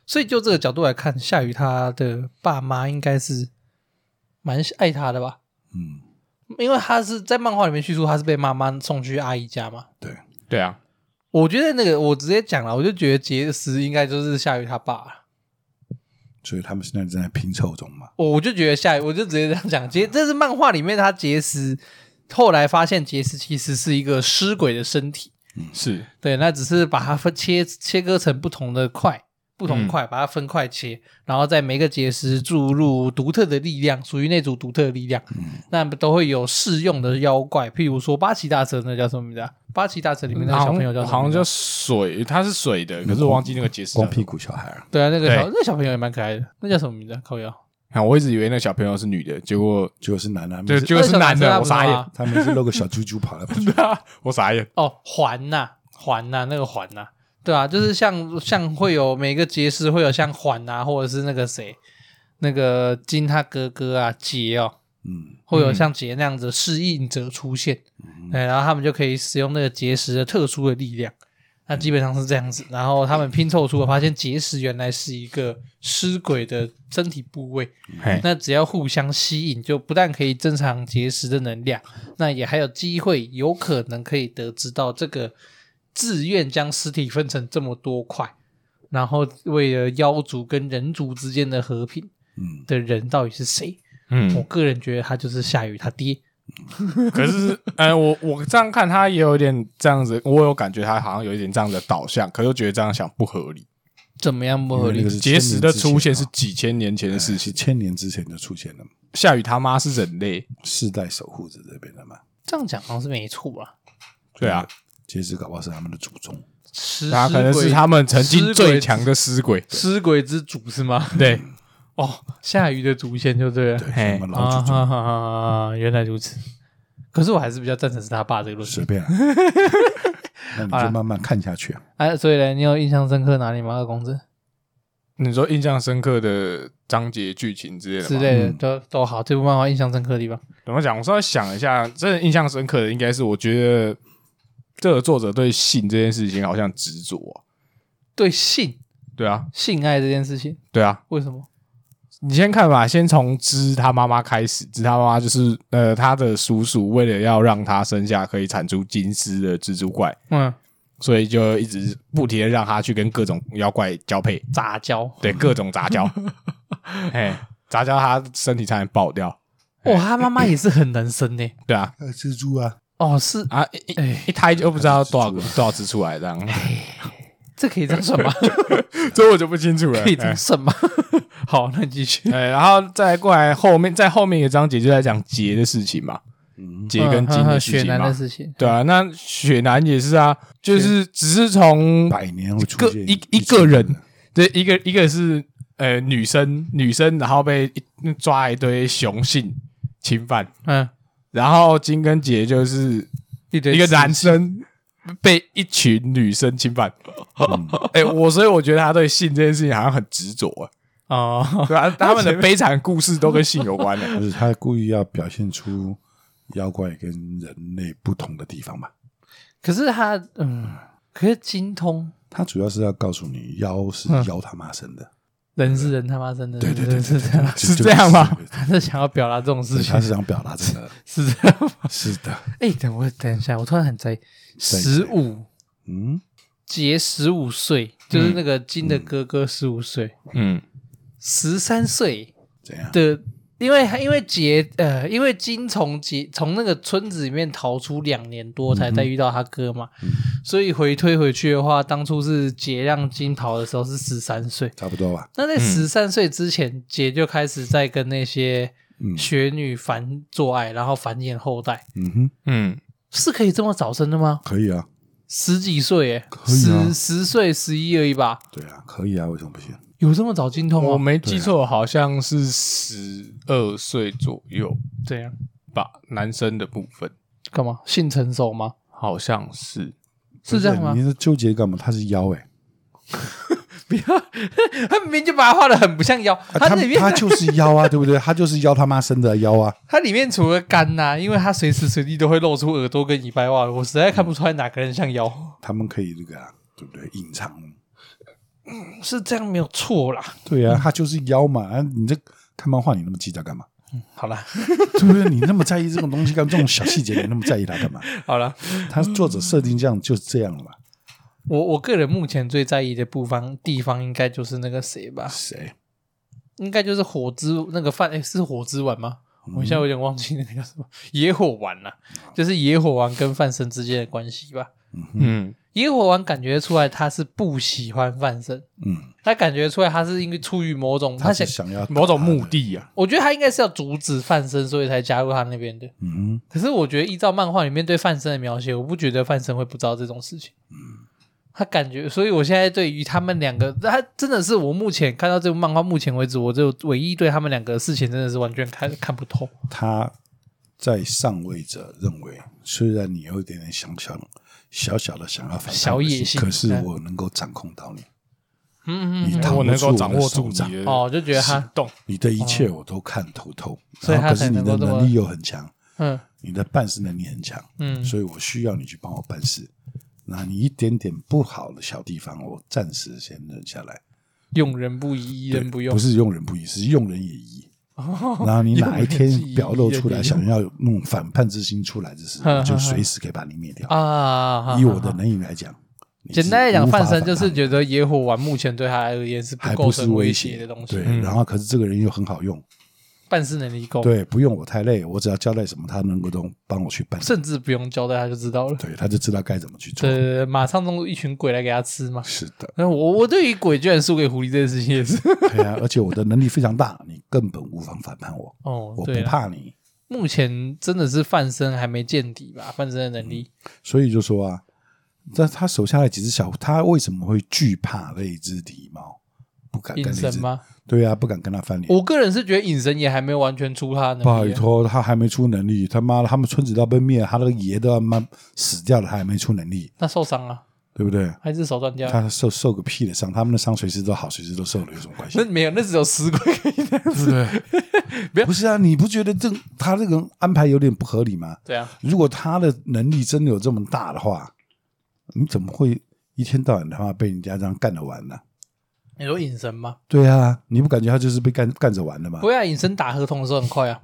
所以就这个角度来看，夏雨他的爸妈应该是蛮爱他的吧？嗯，因为他是在漫画里面叙述他是被妈妈送去阿姨家嘛。对，对啊，我觉得那个我直接讲了，我就觉得杰斯应该就是夏雨他爸。所以他们现在正在拼凑中嘛。我我就觉得夏雨，我就直接这样讲，杰这是漫画里面他杰斯后来发现杰斯其实是一个尸鬼的身体，是对，那只是把它分切切割成不同的块，不同嗯块、把它分块切，然后在每个结石注入独特的力量，属于那组独特的力量。嗯那么都会有适用的妖怪，譬如说八岐大蛇，那叫什么名字、啊？八岐大蛇里面那个好小朋友叫像什么名字啊好像叫水，它是水的，可是我忘记那个结石叫光什屁么。股小孩啊，对啊，那个小对那小朋友也蛮可爱的，那叫什么名字、啊？靠腰，啊我一直以为那个小朋友是女的，结果就是男的，就每次结果啊是男那的，个我小男傻生 眼，他们是露个小猪猪跑来 跑去。我傻眼。哦，环呐、环呐、那个环呐、对啊，就是像像会有每个结石会有像环呐、或者是那个谁，那个金他哥哥啊，杰哦，嗯，会有像杰那样子的适应者出现，对，然后他们就可以使用那个结石的特殊的力量。那基本上是这样子，然后他们拼凑出，我发现结石原来是一个尸鬼的身体部位，嘿，那只要互相吸引，就不但可以增长结石的能量，那也还有机会，有可能可以得知到这个自愿将尸体分成这么多块，然后为了妖族跟人族之间的和平，嗯，的人到底是谁？我 嗯，个人觉得他就是夏雨他爹，可是，呃，我我这样看他也有点这样子，我有感觉他好像有一点这样的导向，可是又觉得这样想不合理。怎么样不合因为那理个？是结石的出现是千年之前啊几千年前的事是情是，千年之前就出现了，夏雨他妈是人类，世代守护者这边的嘛。这样讲好像是没错啦。对啊，结石搞不好是他们的祖宗。食他可能是他们曾经最强的尸鬼。尸鬼之主是吗？对， 哦，夏雨的祖先就对了。对，嘿什么老啊祖宗，哈哈哈哈！原来如此。可是我还是比较赞成是他爸这个论随述。 便啊。那你就慢慢看下去啊。哎、所以呢，你有印象深刻哪里吗？二公子你说印象深刻的章节、剧情之类的之吗？类的，嗯都都好。这部漫画印象深刻的地方，怎么讲？我稍微想一下，真的印象深刻的应该是，我觉得这个作者对性这件事情好像执着、啊。对性对啊，性爱这件事情，对啊，为什么？你先看吧，先从知他妈妈开始。知他妈妈就是呃，他的叔叔为了要让他生下可以产出金丝的蜘蛛怪，嗯，所以就一直不停的让他去跟各种妖怪交配，杂交。哇、对各种杂交，嘿，杂交他身体差点爆掉。他妈 妈也是很能生呢、对啊，呃，蜘蛛啊，哦，是啊一一一胎就不知道多少个多少只出来这样，这可以这样算吗？这我就不清楚了。 可以这哎样算吗？好，那你继续。对，然后再过来后面，在后面一个章节就在讲结的事情嘛，嗯，结跟金嗯的嗯事雪情男的嘛。事情，对啊，那雪男也是啊，就是只是从百年会出个现一一个人次的对，一个一个是呃女生女生，然后被一抓一堆雄性侵犯，嗯，然后金跟杰就是一堆一个刺男生被一群女生侵犯。哎、我所以我觉得他对性这件事情好像很执着、啊，哦， 对啊，他们的悲惨故事都跟性有关的、而且他故意要表现出妖怪跟人类不同的地方吧。可是他嗯，可是精通他主要是要告诉你，妖是嗯妖他妈生的，人是人他妈真的，对对对是这样，就是这样吗？就是他是想要表达这种事对他情，是想表达这 个，是这样吗？是的， 哎，等我等一下，我突然很在意，十五嗯，杰十五岁，就是那个金的哥哥十五岁，嗯，十三岁怎样？的，因为因为杰呃，因为金从杰从那个村子里面逃出两年嗯多，才再遇到他哥嘛，所以回推回去的话，当初是杰让金逃的时候是十三岁，差不多吧。那在嗯十三岁之前，姐就开始在跟那些雪女繁做爱，然后繁衍后代，嗯哼，嗯，是可以这么早生的吗？可以啊，十几岁耶，以啊十十岁、十一而已吧，对啊，可以啊，为什么不行？有这么早精通我吗？没记错，好像是十二岁左右这样吧，男生的部分干嘛？性成熟吗？好像是，是这样吗不？你是纠结干嘛？他是妖哎、不要，他明明就把它画的很不像妖，啊它里面他就是妖啊，对不对？他就是妖他妈生的妖啊，它里面除了肝呐、因为它随时随地都会露出耳朵跟尾巴外，我实在看不出来哪个人像妖，他们可以那个、啊，对不对？隐藏，是这样没有错啦。对啊，他就是妖嘛。啊、你这看漫画你那么计较干嘛？好 啦，对不对？你那么在意这种东西干嘛，这种小细节你那么在意它干 嘛？好啦。他作者设定这样就是这样了嘛。我我个人目前最在意的部方地方，应该就是那个谁吧，谁？应该就是火之那个饭，诶是火之丸吗？我现在有点忘记那个叫什么 野火丸了、就是野火丸跟范神之间的关系吧。嗯野火丸感觉出来他是不喜欢范神，嗯，他感觉出来他是因为出于某种他他是想，想要某种目，的啊，我觉得他应该是要阻止范神，所以才加入他那边的。嗯可是我觉得依照漫画里面对范生的描写，我不觉得范生会不知道这种事情。他感觉，所以我现在对于他们两个，他真的是我目前看到这部漫画，目前为止，我就唯一对他们两个的事情真的是完全看看不透。哼，他在上位者认为，虽然你有一点点想想小小的想要反抗小野心可是嗯我能够掌控到你，嗯嗯你嗯，躺我能够掌握住住我的手掌你的哦，就觉得他，动，你的一切我都看透透，所以然后他可是才你能够这的么能力又很强，嗯你的办事能力很强，嗯所以我需要你去帮我办事。那你一点点不好的小地方，我暂时先忍下来。用人不疑，疑人不用哦不。是用人不疑，是用人也疑。 然后你哪一天表露出来，想要弄反叛之心出来之时，哼我就随时可以把你灭掉。啊，以我的能力来讲，你是简单来讲，无法范生就是反抗觉得野火丸目前对他而言是还构不成是威胁的东西，嗯对，然后可是这个人又很好用，办事能力够，对，不用我太累，我只要交代什么，他能够都帮我去办。甚至不用交代他就知道了。对，他就知道该怎么去 做。对，马上弄一群鬼来给他吃 嘛。，是的那哎我我对于鬼居然输给狐狸这件事情也是对啊，而且我的能力非常大，你根本无法反叛我， 哦我不对啦怕你。目前真的是范生还没见底吧？范生的能力，所以就说啊，但他手下的几只小，他为什么会惧怕那只狸猫？不敢跟隐那神只？吗？哦对啊，不敢跟他翻脸。我个人是觉得隐神也还没有完全出他的能拜力。啊托，他还没出能力，他妈的，他们村子都要被灭，他那个爷都要妈死掉了，他还没出能力，那受伤啊，对不对？还是手断掉了？他受受个屁的伤，他们的伤随时都好，随时都受了，有什么关系 那？没有，那只有死鬼可 以那样子。不是啊，你不觉得这他这个安排有点不合理吗？对啊，如果他的能力真的有这么大的话，你怎么会一天到晚他妈被人家这样干着玩呢、你说隐神吗？对啊，你不感觉他就是被干干着玩的吗？不啊要隐神打合同的时候很 快啊。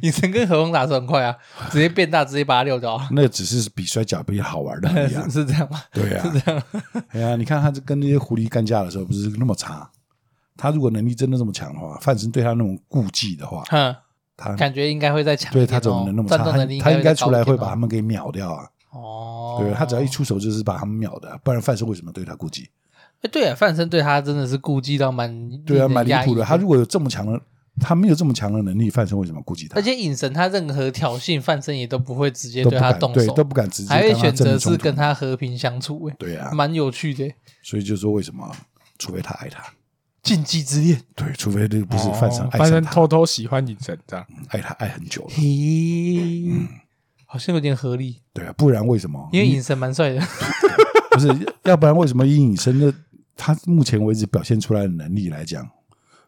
隐神跟合同打的时候很快啊，直接变大，直接把他溜掉 啊。那只是比摔跤比好玩的一样 是。是这样吗？ 对啊，是这样。哎呀，你看他跟那些狐狸干架的时候不是那么差。他如果能力真的这么强的话，范神对他那种顾忌的话，哼，他感觉应该会再强一嗯对点哦。他怎么能那么差？战斗他能力他应该该出来会把他吧？们给秒掉啊！哦，对他只要一出手就是把他们秒的，不然范神为什么对他顾忌？哎，对啊，范生对他真的是顾忌到蛮对啊，蛮离令人谱压抑的。他如果有这么强的他没有这么强的能力，范生为什么要顾及他而？且隐神他任何挑衅范生也都不会直接都不对他敢动对，手，都不敢直接还会跟他选真的择冲是突跟。他和平相处、欸，对啊，蛮有趣的、欸所以就说为什么？除非他爱他，禁忌之恋。对，除非这个不是哦范生爱范上生他，嗯偷偷喜欢你整这样。爱他爱很久了，咦、嗯好像有点合理，对啊，不然为什么？嗯因为隐神蛮帅的。 不是，要不然为什么以隐身的他目前为止表现出来的能力来讲，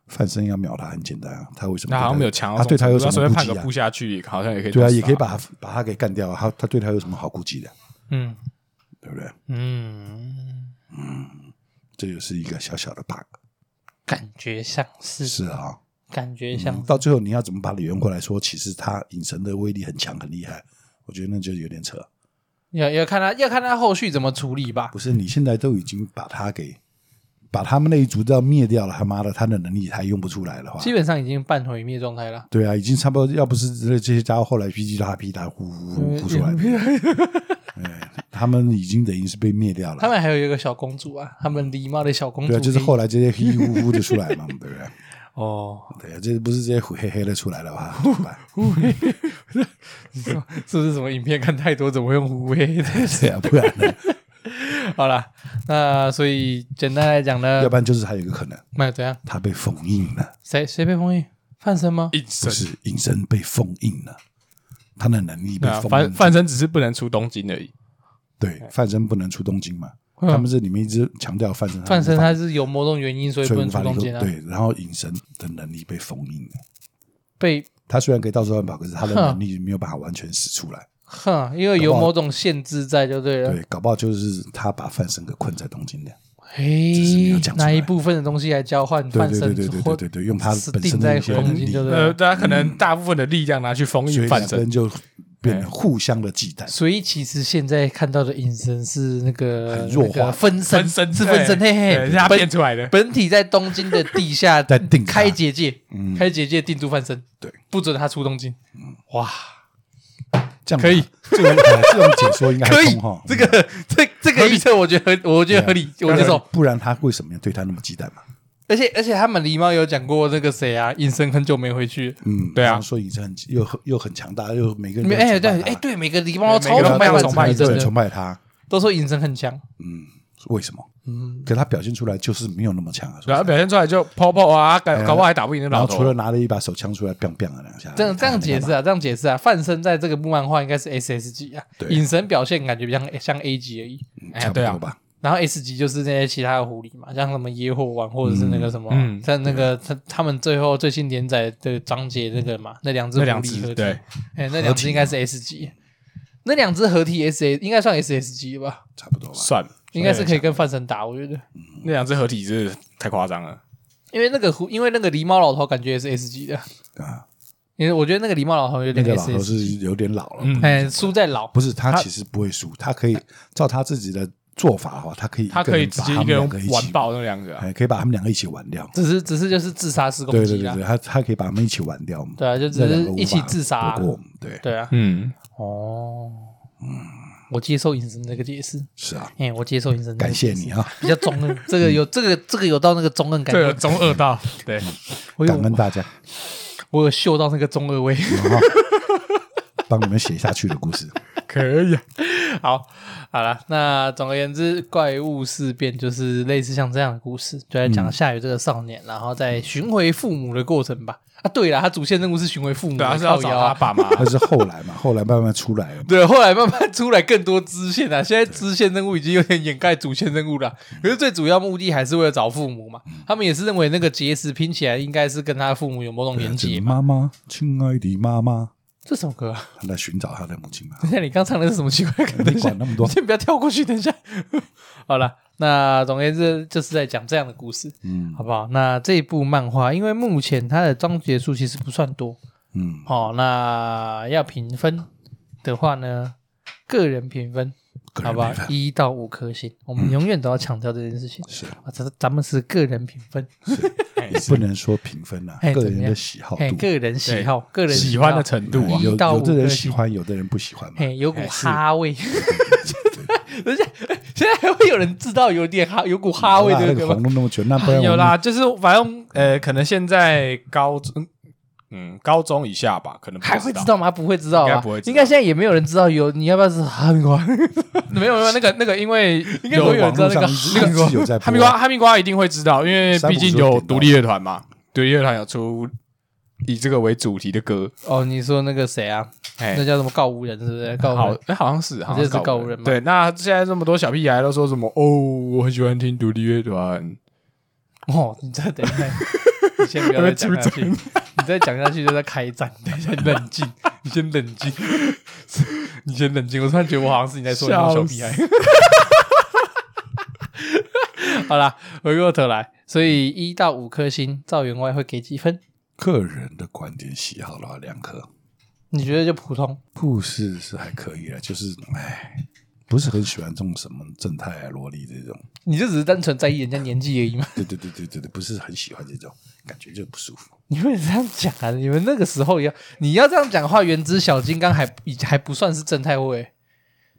范生要秒他很简单啊，他为什么对那他？好像没有强到他对他有什要随么便顾判忌个啊步？下去，好像也可以。对啊，也可以把他把他给干掉啊，他他对他有什么好顾忌的？嗯对不对？嗯，这就是一个小小的 bug，感觉像是，是啊。感觉像嗯到最后你要怎么把它圆回来说？其实他隐神的威力很强，很厉害。我觉得那就有点扯，要要看他要看他后续怎么处理吧不。是你现在都已经把他给把他们那一族都要灭掉了，他妈的，他的能力还用不出来的话，基本上已经半毁灭状态了。对啊，已经差不多，要不是这这些家伙后来噼里啪啦噼里啪啦呼呼呼呼出 来，哎他们已经等于是被灭掉他了。们还有一个小公主啊，他们狸猫的小公主可嗯对啊，以，就是后来这些稀里呼呼的出 来嘛，对不对？哦，对啊，这不是这些黑黑的出来了吧？怎么办 是不是什么影片看太多，怎么会用胡威？ 对啊，不然呢？ 好啦，那所以简单来讲呢要，不然就是还有一个可能，那怎样？他被封印了，谁谁被封印？范生吗？隐不身。是隐身被封印了，他的能力被对啊，封范印。范生只是不能出东京而已。对范生不能出东京嘛？嗯他们这里面一直强调范生，范生无法他是有某种原因，所以不所以能无出法东力京够啊。对，然后隐神的能力被封印了。被他虽然可以到处乱跑，可是他的哼能力没有办法完全使出来。哼，因为有某种限制在就对了。对，搞不好就是他把范生给困在东京的。只是没嘿有讲，出来拿一部分的东西来交换对范对生对对对对对对，用他死本定身的在一些能东力京，就对呃，了。大家可能大部分的力量拿去啊封嗯所印以范两生个。人就变得互相的忌惮。所以其实现在看到的隐身是那个很弱化那个分身，分身是分身，对嘿嘿对，是他本变出来的本体在东京的地下在定他开结界，开结界定住范身，对，不准他出东京。哇，这样吧可以，这种呃这种解说应该可以还通哈，。这个这这个预测，我觉得合，啊我觉得合理，我接受。不然他为什么要对他那么忌惮嘛？而且而且他们狸猫有讲过那个谁啊，隐身很久没回去，嗯，对啊然后说隐神很又很又很强大，又每个人没都哎对很崇拜他哎，对，每个狸猫每个超都崇拜非范常神崇拜的都真很的崇，拜他。都说隐身很强，嗯，为什么？嗯，可他表现出来就是没有那么强啊。说然后实在表现出来就泡泡啊，搞哎搞不好还打不赢那然老后除了头。拿了一把手枪出来，biang biang 了两下，这样这样解释啊，啊，这样解释啊，范生在这个部漫画应该是 S S 级啊，对隐神表现感觉比较像像 A 级而已，哎，差不对多啊，吧。然后 S 级就是那些其他的狐狸嘛，像什么野火丸或者是那个什么，嗯嗯像那个他他们最后最新连载的章节那个嘛，那两只那狐两狸合只体，对，哎，那两只应该是 S 级，那两只合体 S A 应该算 S S 级吧，差不多吧。算了应该是可以跟范神打，我觉得，那两只合体是太夸张了。因为那个狐，因为那个狸猫老头感觉也是 S 级的，啊，因为我觉得那个狸猫老头有那点个 S 老头 S，是有点老了，嗯哎，输在老，不是他他其实不会输，他可以照他自己的做法的话，他可以他可以一直个接人把他们两一个人一完起，爆那两个啊，啊哎，可以把他们两个一起玩掉。只是只是就是自杀式攻对对击对啦对，，他他可以把他们一起玩掉嘛。对啊，就那只两是个无法一起自杀啊躲，过我们，对，对啊，嗯，哦，我接受隐身这个解释，是啊，哎，我接受隐身，感谢你，啊，比较中恩，这个有嗯这个这个有到那个中恩感这个觉，中二道， 对，我感恩有大家，我有嗅到那个中二味。哦然后帮你们写下去的故事。 可以啊，好，好了，那总而言之，怪物事变就是类似像这样的故事，就在嗯讲夏雨这个少年，然后在寻回父母的过程吧。啊，对了，他主线任务是寻回父母，对啊，是要靠找腰他啊。爸妈，那是后来嘛，后来慢慢出来了嘛。 对，后来慢慢出来更多支线啊，现在支线任务已经有点掩盖主线任务了啊。可是最主要目的还是为了找父母嘛，他们也是认为那个结石拼起来应该是跟他父母有某种连这结个嘛。妈妈，亲爱的妈妈，这首歌、啊，她在寻找她的母亲嘛。 等一下你刚唱的是什么奇怪的歌？等一你下管那么多，先不要跳过去，等一下。 好了，那总而言之就是在讲这样的故事，嗯好不好？那这一部漫画，因为目前它的章节数其实不算多，嗯，哦，那要评分的话呢，个人评分，个好人不好没？法一到五颗星，我们永远都要强调这件事情。是啊，咱咱们是个人评分，也不能说评分啊，哎个怎么人样的喜好哎，度，哎个人喜好，个人 喜好欢的，程度啊一，有到有的五颗人星喜欢，有的人不喜欢嘛。哎，有股哎是哈 味， 人家现在还会有人知道有点哈，有股哎哈味那的那那个个吗啊红？龙那么久，那不然我有们啦，就是反正呃，可能现在高中嗯，高中以下吧，可能不还会知道吗？不会知道应啊该不会，知道应该现在也没有人知道有你要不要吃哈密 瓜？没有没有那个那个，因为应该不会有人知道网络 那个上一直一直有在播哈密瓜，哈密瓜一定会知道，因为毕竟有独立乐团嘛，独立乐团有出以这个为主题的歌，哦，你说那个谁啊？哎那，叫什么告无人是不是？告无好人，哎，好像是，好像这是告五人吗对，那现在这么多小屁孩都说什么？哦，我很喜欢听独立乐 团， 哦，你再等一下，你先不要再讲下去，你再讲下去就在开战。等一下，你冷静， 你先冷静，你先冷静。我突然觉得我好像是你在说你那种小屁孩。 好啦，回过头来，所以一到五颗星，赵员外会给几分？个人的观点喜好的话，两颗。你觉得就普通？故事是还可以啊，就是哎，不是很喜欢这种什么正太啊、萝莉这种。你就只是单纯在意人家年纪而已吗？对对对对对对，不是很喜欢这种感觉，就不舒服。 你们这样讲啊？你们那个时候要你要这样讲的话，原子小金刚还已还不算是正太位，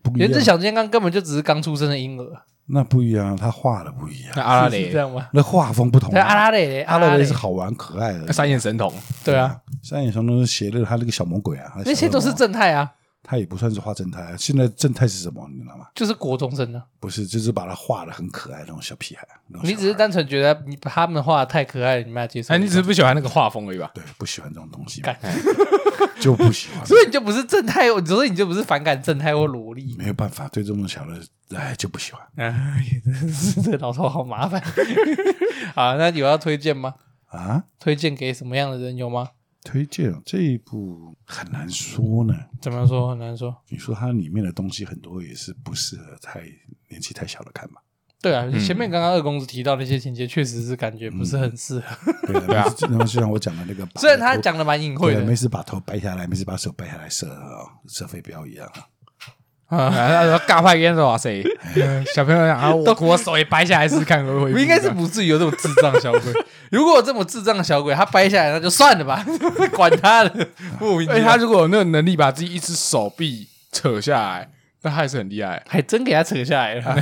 不一原子样，小金刚根本就只是刚出生的婴儿，那不一样，他画的不一那样，阿拉是是蕾这，样吗？那画风不同对啊。阿拉蕾，阿拉拉蕾蕾是好玩可爱的，三眼神童，对啊，三眼熊都是邪恶，他那个小魔鬼啊，他小那些都是恶魔，正太啊，他也不算是画正太啊。现在正太是什么，你知道吗？就是国中生啊。不是，就是把他画的很可爱那种小屁孩。那种小你只是单纯觉得你他们画的太可爱了，你没有接受哎，，你只是不喜欢那个画风而已吧？对不喜欢这种东西干， 就不喜欢，所以你就不是正太，所以你就不是反感正太或萝莉。没有办法，对这种小的哎就不喜欢 哎，真是这老头好麻烦。 好，那有要推荐吗？啊。推荐给什么样的人有吗？推荐这一部很难说呢。怎么说很难说。你说它里面的东西很多也是不适合太年纪太小的看吧？对啊，前面刚刚二公子提到那些情节，确实是感觉不是很适合。对对啊啊，那么就像我讲的那个把头，虽然他讲的蛮隐晦对啊，没的事把头掰下来，没事把手掰下来射啊射飞镖一样啊。啊， 他说尬派烟是哇塞， 小朋友想 啊，我我手也掰下来试试看会不会，我应该是不至于有这种智障小 鬼。 如果有这么智障的小鬼，他掰下来那就算了吧， 管他 的，莫名其哎，妙他。如果有那个能力把自己一只手臂扯下来，那他还是很厉害。还真给他扯下来 了，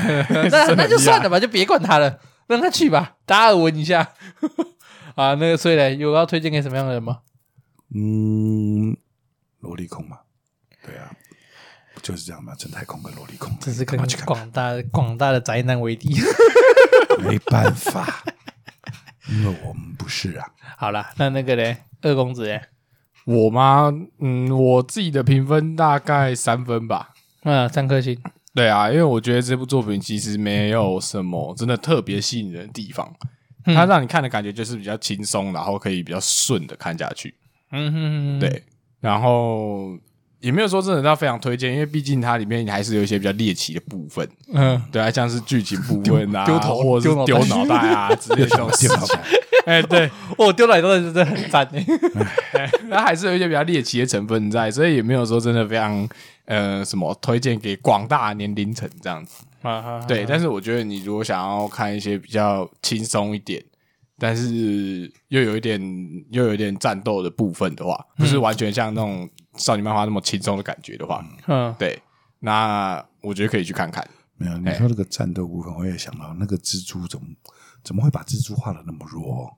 那那就算了吧，就别管他了，让他去吧，达尔文一下。 啊，那个所以呢，有要推荐给什么样的人吗？嗯，萝莉控嘛，对啊，不就是这样嘛，正太控跟萝 莉控，这是跟干嘛去看吧？广大广大的宅男为敌。 没办法，因为我们不是啊。好啦，那那个嘞，二公子嘞，我吗？嗯，我自己的评分大概三分吧。嗯，三颗星，对啊，因为我觉得这部作品其实没有什么真的特别吸引人的地方，嗯它让你看的感觉就是比较轻松，然后可以比较顺的看下去。嗯哼，对，，然后也没有说真的到非常推荐，因为毕竟它里面还是有一些比较猎奇的部分。嗯，对啊，像是剧情部分啊，丢丢头或者是丢丢脑脑袋 啊之类的这种事电脑情。哎，对，我哦丢来丢去真的很 赞诶。它还是有一些比较猎奇的成分在，所以也没有说真的非常呃什么推荐给广大年龄层这样子。啊嗯对，但是我觉得你如果想要看一些比较轻松一点，但是又有一点又有一点战斗的部分的话，不嗯是完全像那种少女漫画那么轻松的感觉的话，嗯，对，那我觉得可以去看看。没有，你说那个战斗部分，我也想到那个蜘蛛怎么怎么会把蜘蛛画的那么弱？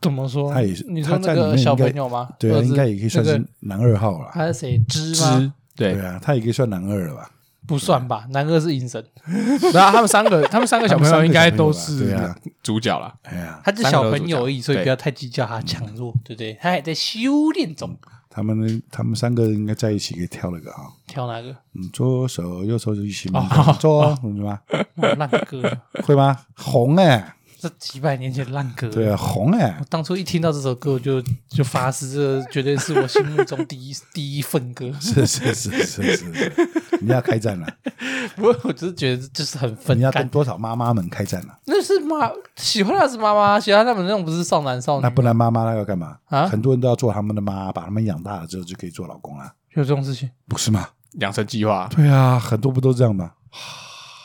怎么说？他也是，你他说在那里个面小应该朋友吗？对儿啊，子应该也可以算那是个男二号了。他是谁？知吗？对对，啊，他也可以算男二了吧？不算啊吧，男二是隐 神，然啊后他们三个，他们三个小朋友应啊该他都们三个小朋友是吧主角啦。哎呀，他是小朋友而已，所三以个都不要太是主角计较他强弱，对不对？他还在修炼中，他们他们三个应该在一起可以挑了个啊，挑哪个？嗯，左手右手就一起嘛，左什么吗？那烂歌， 会吗？红哎，这几百年前的烂歌。对啊，红哎我，当初一听到这首歌，我就就发誓，这绝对是我心目中第一 第一份歌。是是是是是是，你要开战了，不过我只是觉得就是很分你要跟感。多少妈妈们开战了？那是妈喜欢他是妈妈，喜欢他们那种不是少男少女那吗，不然妈妈要干嘛？啊很多人都要做他们的妈，把他们养大了之后就可以做老公了，有这种事情。不是吗？养成计划，对啊，很多不都这样吗？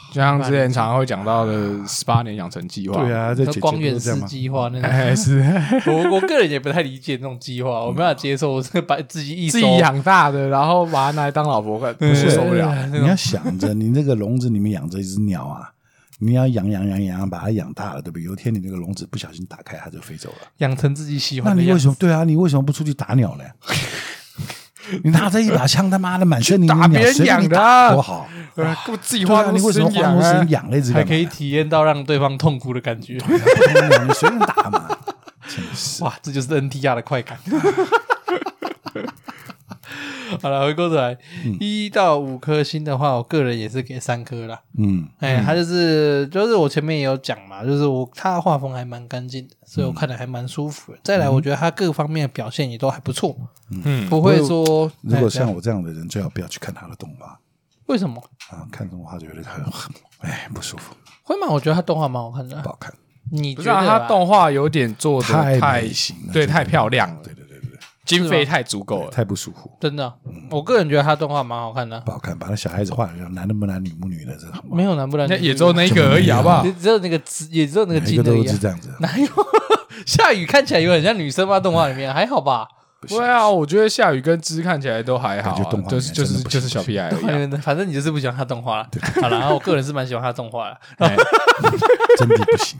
就像之前常常会讲到的十八年养成计划。对，啊，那在姐姐光都源是这式样吗？哦计划那种，哎，是 我我个人也不太理解那种计划，我没法接受，我这个把自己一自手己养大的，然后把它拿来当老婆看，不是受不了。你要想着，你那个笼子里面养着一只鸟啊，你要养养养养，把它养大了，对不对？有一天你那个笼子不小心打开，它就飞走了。养成自己喜那欢的你样为子。什么对啊？你为什么不出去打鸟呢？你拿着一把枪，他妈的满圈你打别人养的啊多好！对啊，我自 己对花啊，多你为时什么间花那么养多时啊间？养那只还干嘛？可以体验到让对方痛苦的感觉，不能养，你随便打嘛。真的是，哇，这就是 NTR 的快感。 好了，回过头来，嗯一、到五颗星的话，我个人也是给三颗啦。嗯，哎、他就是就是我前面也有讲嘛，就是我他的画风还蛮干净的，所以嗯我看的还蛮舒服的。再来，我觉得他各方面的表现也都还不错，嗯不会说如哎果这像样我这样的人，最好不要去看他的动画为什么啊，看动画就觉得很，哎，不舒服，会吗？我觉得他动画蛮好看的啊不，好看。你觉得不是啊，啦他动画有点做的太太美型了对，真的太漂亮了，对对对对，经费太足够了。太不舒服，真的啊，嗯我个人觉得他动画蛮好看的啊，不好看。把那小孩子画的像男的不男女不女的，这个没有难不然嗯那你也只有那一个而已，好不好你？只有那个字也只有那个每一筋个而都已啊是。这样子。哪有？ 下雨看起来有很像女生吗？动画里面还好吧？对啊，我觉得夏雨跟芝看起来都还好感觉动啊，画就是里面就真是的不就是行小屁孩而已啊。反正你就是不喜欢他动画了。好了，然后我个人是蛮喜欢他动画的，哎真的不行，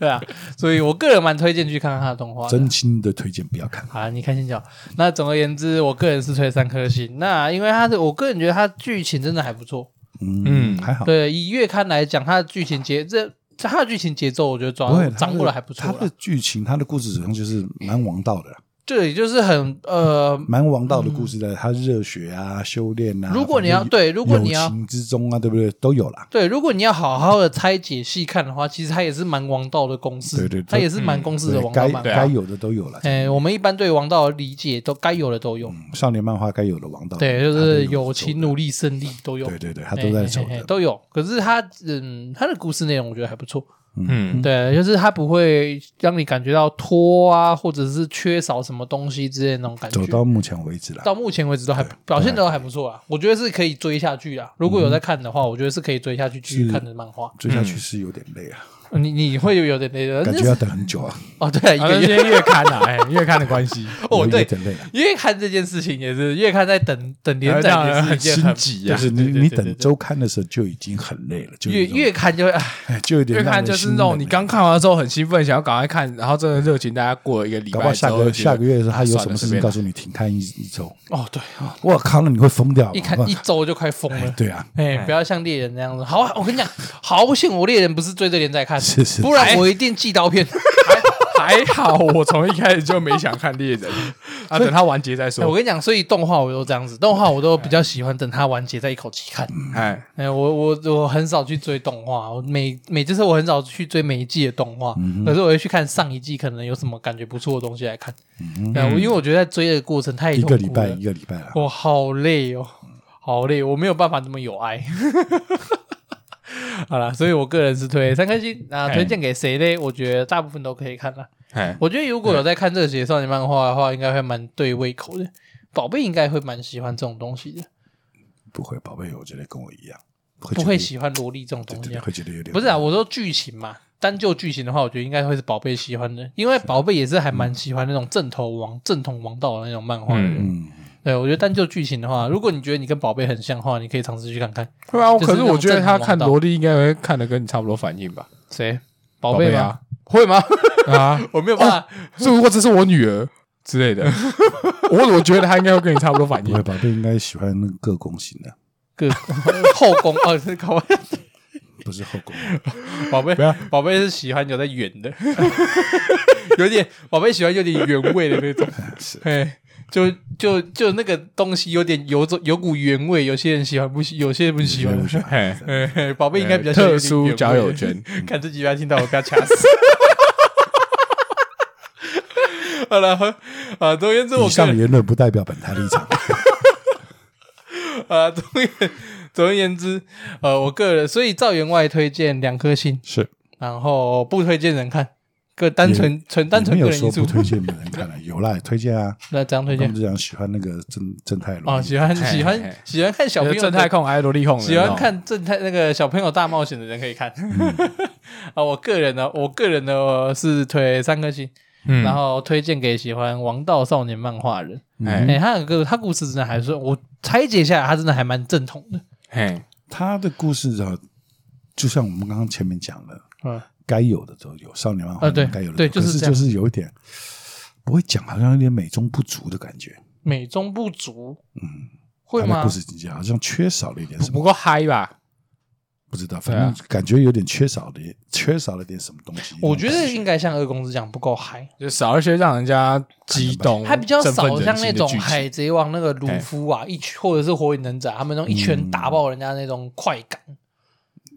对啊，所以我个人蛮推荐去看看他的动画的。真心的推荐不要看。好啦，你开心就好。那总而言之，我个人是推三颗星。那因为他的，我个人觉得他剧情真的还不错。嗯，还好，对，以月刊来讲，他的剧情节这他的剧情节奏，我觉得不会抓掌握的还不错啊他的啦。剧情，他的故事始终就是蛮王道的啦，对，就是很呃，蛮王道的故事的。他热血啊，修炼啊，嗯如果你要反正对，如果你友要情之中啊，对不对？都有啦。对，如果你要好好的拆解细看的话，其实它也是蛮王道的公式，对对对它也是蛮公式的对王道该漫对画。啊该有的都有了。哎、我们一般对王道的理解都该有的都有，嗯少年漫画该有的王道，对，就他都有是走友的情、努力、胜利都有，对对对，他啊都在走嘿嘿嘿的。都有。可是它，嗯，它的故事内容我觉得还不错，嗯，对，就是它不会让你感觉到拖啊，或者是缺少什么东西之类的那种感觉走。到目前为止了，到目前为止都还表现的都还不错啊，我觉得是可以追下去啊。如果有在看的话，我觉得是可以追下去继续嗯是看的漫画。追下去是有点累啊，你你会有点那个感那觉是要等很久啊，哦， 对，一啊个那月些月刊啊，哎，月刊的 关系，哦，有对，点累啊。月刊这件事情也是月刊在等等连载让人也是一很件心很急就啊。是对对你对你对对等周刊的时候就已经很累了，就有月一种月刊就会哎哎就有点月刊就是那种你刚看完之后很兴奋，想要赶快看，然后这个热情大家过了一个礼搞不好拜之下后个就觉得，下个月的时候，他啊有什么事算了随情便告诉你停刊一一周，哦对，我靠，那你会疯掉吧，一好看不一好周就快疯了。对啊，哎，不要像猎人那样子。好啊，我跟你讲， 好险我猎人不是追着连载看，是是不然我一定寄刀片。还好我从一开始就没想看猎 人，啊，等它完结再哎 我说。跟你讲，所以动画我都这样子，动画我都比较喜欢等它完结再一口气看。嗯哎，哎，我我我很少去追动画，我每每就是我很少去追每一季的动画，嗯可是我会去看上一季可能有什么感觉不错的东西来看。对啊，我因为我觉得在追的过程太嗯一痛苦个礼拜了一个礼拜了，啊我好累哦，好累，我没有办法这么有爱。 好啦，所以我个人是推三颗星啊，哎推荐给谁嘞？我觉得大部分都可以看啦。哎，我觉得如果有在看热血少年漫画的话，应该会蛮对胃口的。宝贝应该会蛮喜欢这种东西的，不会，宝贝，我觉得跟我一样，不不会喜欢萝莉这种东西啊。会觉得有点不是啊，我说剧情嘛，单就剧情的话，我觉得应该会是宝贝喜欢的，因为宝贝也是还蛮喜欢那种正头王、正统王道的那种漫画的人。嗯，对，我觉得单就剧情的话，如果你觉得你跟宝贝很像的话，你可以尝试去看看。对啊，就是可是我觉得他那种正看常王道萝莉应该会看的跟你差不多反应吧？谁？宝宝贝贝吗啊？会吗？啊， 我没有办法。是如果这是我女儿之类的， 我我觉得他应该会跟你差不多反不 应会，。宝贝应该喜欢那个各宫型的，个后宫哦，是搞完不是后宫。 宝贝不要，宝贝是喜欢有在圆的， 有点宝贝喜欢有点原味的那种，是哎，就就就那个东西有点有种有股原味，有些人喜欢不喜，有些人不喜欢。 哎，嘿嘿宝贝应该比较喜欢特有点原味殊交友，圈， 看这几要听到我被他掐死。好了，啊，总而言之，我以上个的人言论不代表本台立 场。啊，总而言总而言之，呃，我个人所以赵员外推荐两颗星，是，然后不推荐人看，个单纯纯单纯没个有人说因素不。推荐的人看了， 有啦，也推荐啊。那怎样推他荐们？就讲喜欢那个正正太龙哦，喜欢嘿喜嘿欢嘿喜欢看小朋友正太的，控还是萝莉控的那种？喜欢看正太那个小朋友大冒险的人可以看。嗯 啊，我个人呢，我个人呢我是推三颗星，嗯，然后推荐给喜欢王道少年漫画人。哎哎，他有个他故事真的还是我拆解下来，他真的还蛮正统的。哎，他的故事啊，就像我们刚刚前面讲的，嗯，该有的都有，少年漫画啊对该有的都对有就是可是这样就是有一点不会讲，好像有点美中不足的感觉。美中不足，嗯，会他的吗故？事情节好像缺少了一点什么，不够嗨吧？不知道，对反啊正感觉有点缺少的，缺少了点什么东西。我觉得应该像二公子这样不够嗨，就少一些让人家激动，还比较振奋少人像心那的种剧情海贼王那个鲁夫啊，一拳或者是火影忍者啊，他们那种一拳打爆人家那种快感，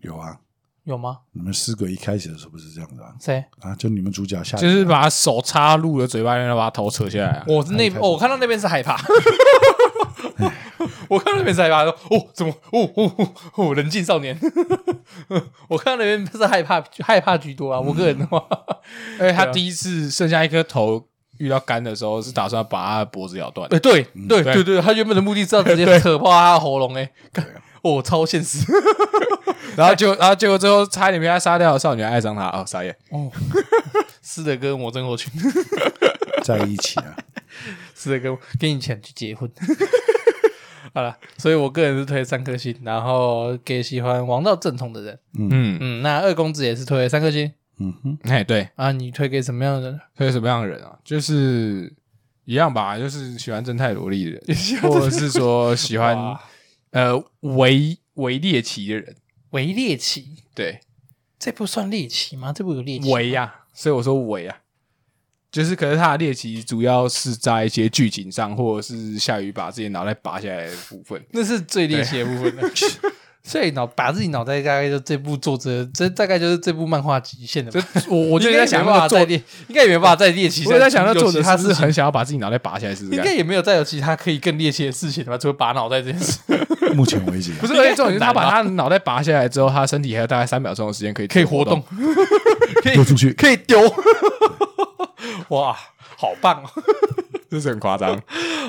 有啊，有吗？你们四个一开始的时候不是这样子啊？谁？啊，就你们主角下去就是把手插入了嘴巴里面，然后把头扯下来啊。我那开始哦我看到那边是害怕，我看到那边是害怕，说哦怎么哦哦哦哦冷静少年，我看到那边是害怕害怕居多啊，我个人的话，因为他啊第一次剩下一颗头遇到干的时候，是打算把他的脖子咬断哎、。对对对对对，他原本的目的是要直接扯爆他的喉咙、欸，哎，哦超现实，然后就，然后结果最后差点被他杀掉的少女爱上他，哦，傻眼。哦，斯德哥尔摩症候群，在一起啊，斯德哥尔摩给你钱去结婚。 好了，所以我个人是推三颗星，然后给喜欢王道正统的人。嗯，嗯，那二公子也是推三颗星嗯哼，哎，对，啊。你推给什么样的人？所以什么样的人啊？就是一样吧，就是喜欢正太萝莉的 人，或者是说喜欢哇呃唯唯猎奇的人，为猎奇，对，这部算猎奇吗？这部有猎奇吗？唯呀、所以我说唯呀、就是，可是他的猎奇主要是在一些剧情上，或者是下雨把自己脑袋拔下来的部分。那是最猎奇的部分了。 所以脑把自己脑袋大概就这部作者，这大概就是这部漫画极限的吧。我我我就在想那办法个作再猎， 应该也没办法再猎奇。我在想，那作者他是是很想要把自己脑袋拔下来，是不应该是？也没有再有其他可以更猎奇的事情了吧？除了拔脑袋这件事，目前为止啊不是，应该而且重点是他很难把吧他脑袋拔下来之后，他身体还有大概三秒钟的时间可以可 可以活动，，可以丢出去可以丢。 哇，好棒哦！ 这是很夸 张。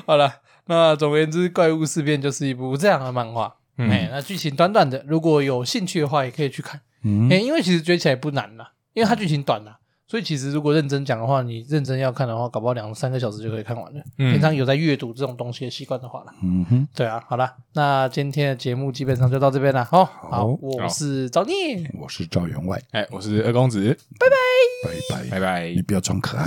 好了，那总而言之，《怪物事变》就是一部这样的漫画。哎、嗯那剧情短短的，如果有兴趣的话，也可以去看。嗯哎、因为其实追起来不难啦，因为它剧情短啦，所以其实如果认真讲的话，你认真要看的话，搞不好两三个小时就可以看完了。嗯平常有在阅读这种东西的习惯的话啦，嗯哼，对啊，好啦，那今天的节目基本上就到这边了。好，好，我是赵聂。我是赵员外，哎，我是二公子，拜拜，拜拜你。不要装可爱。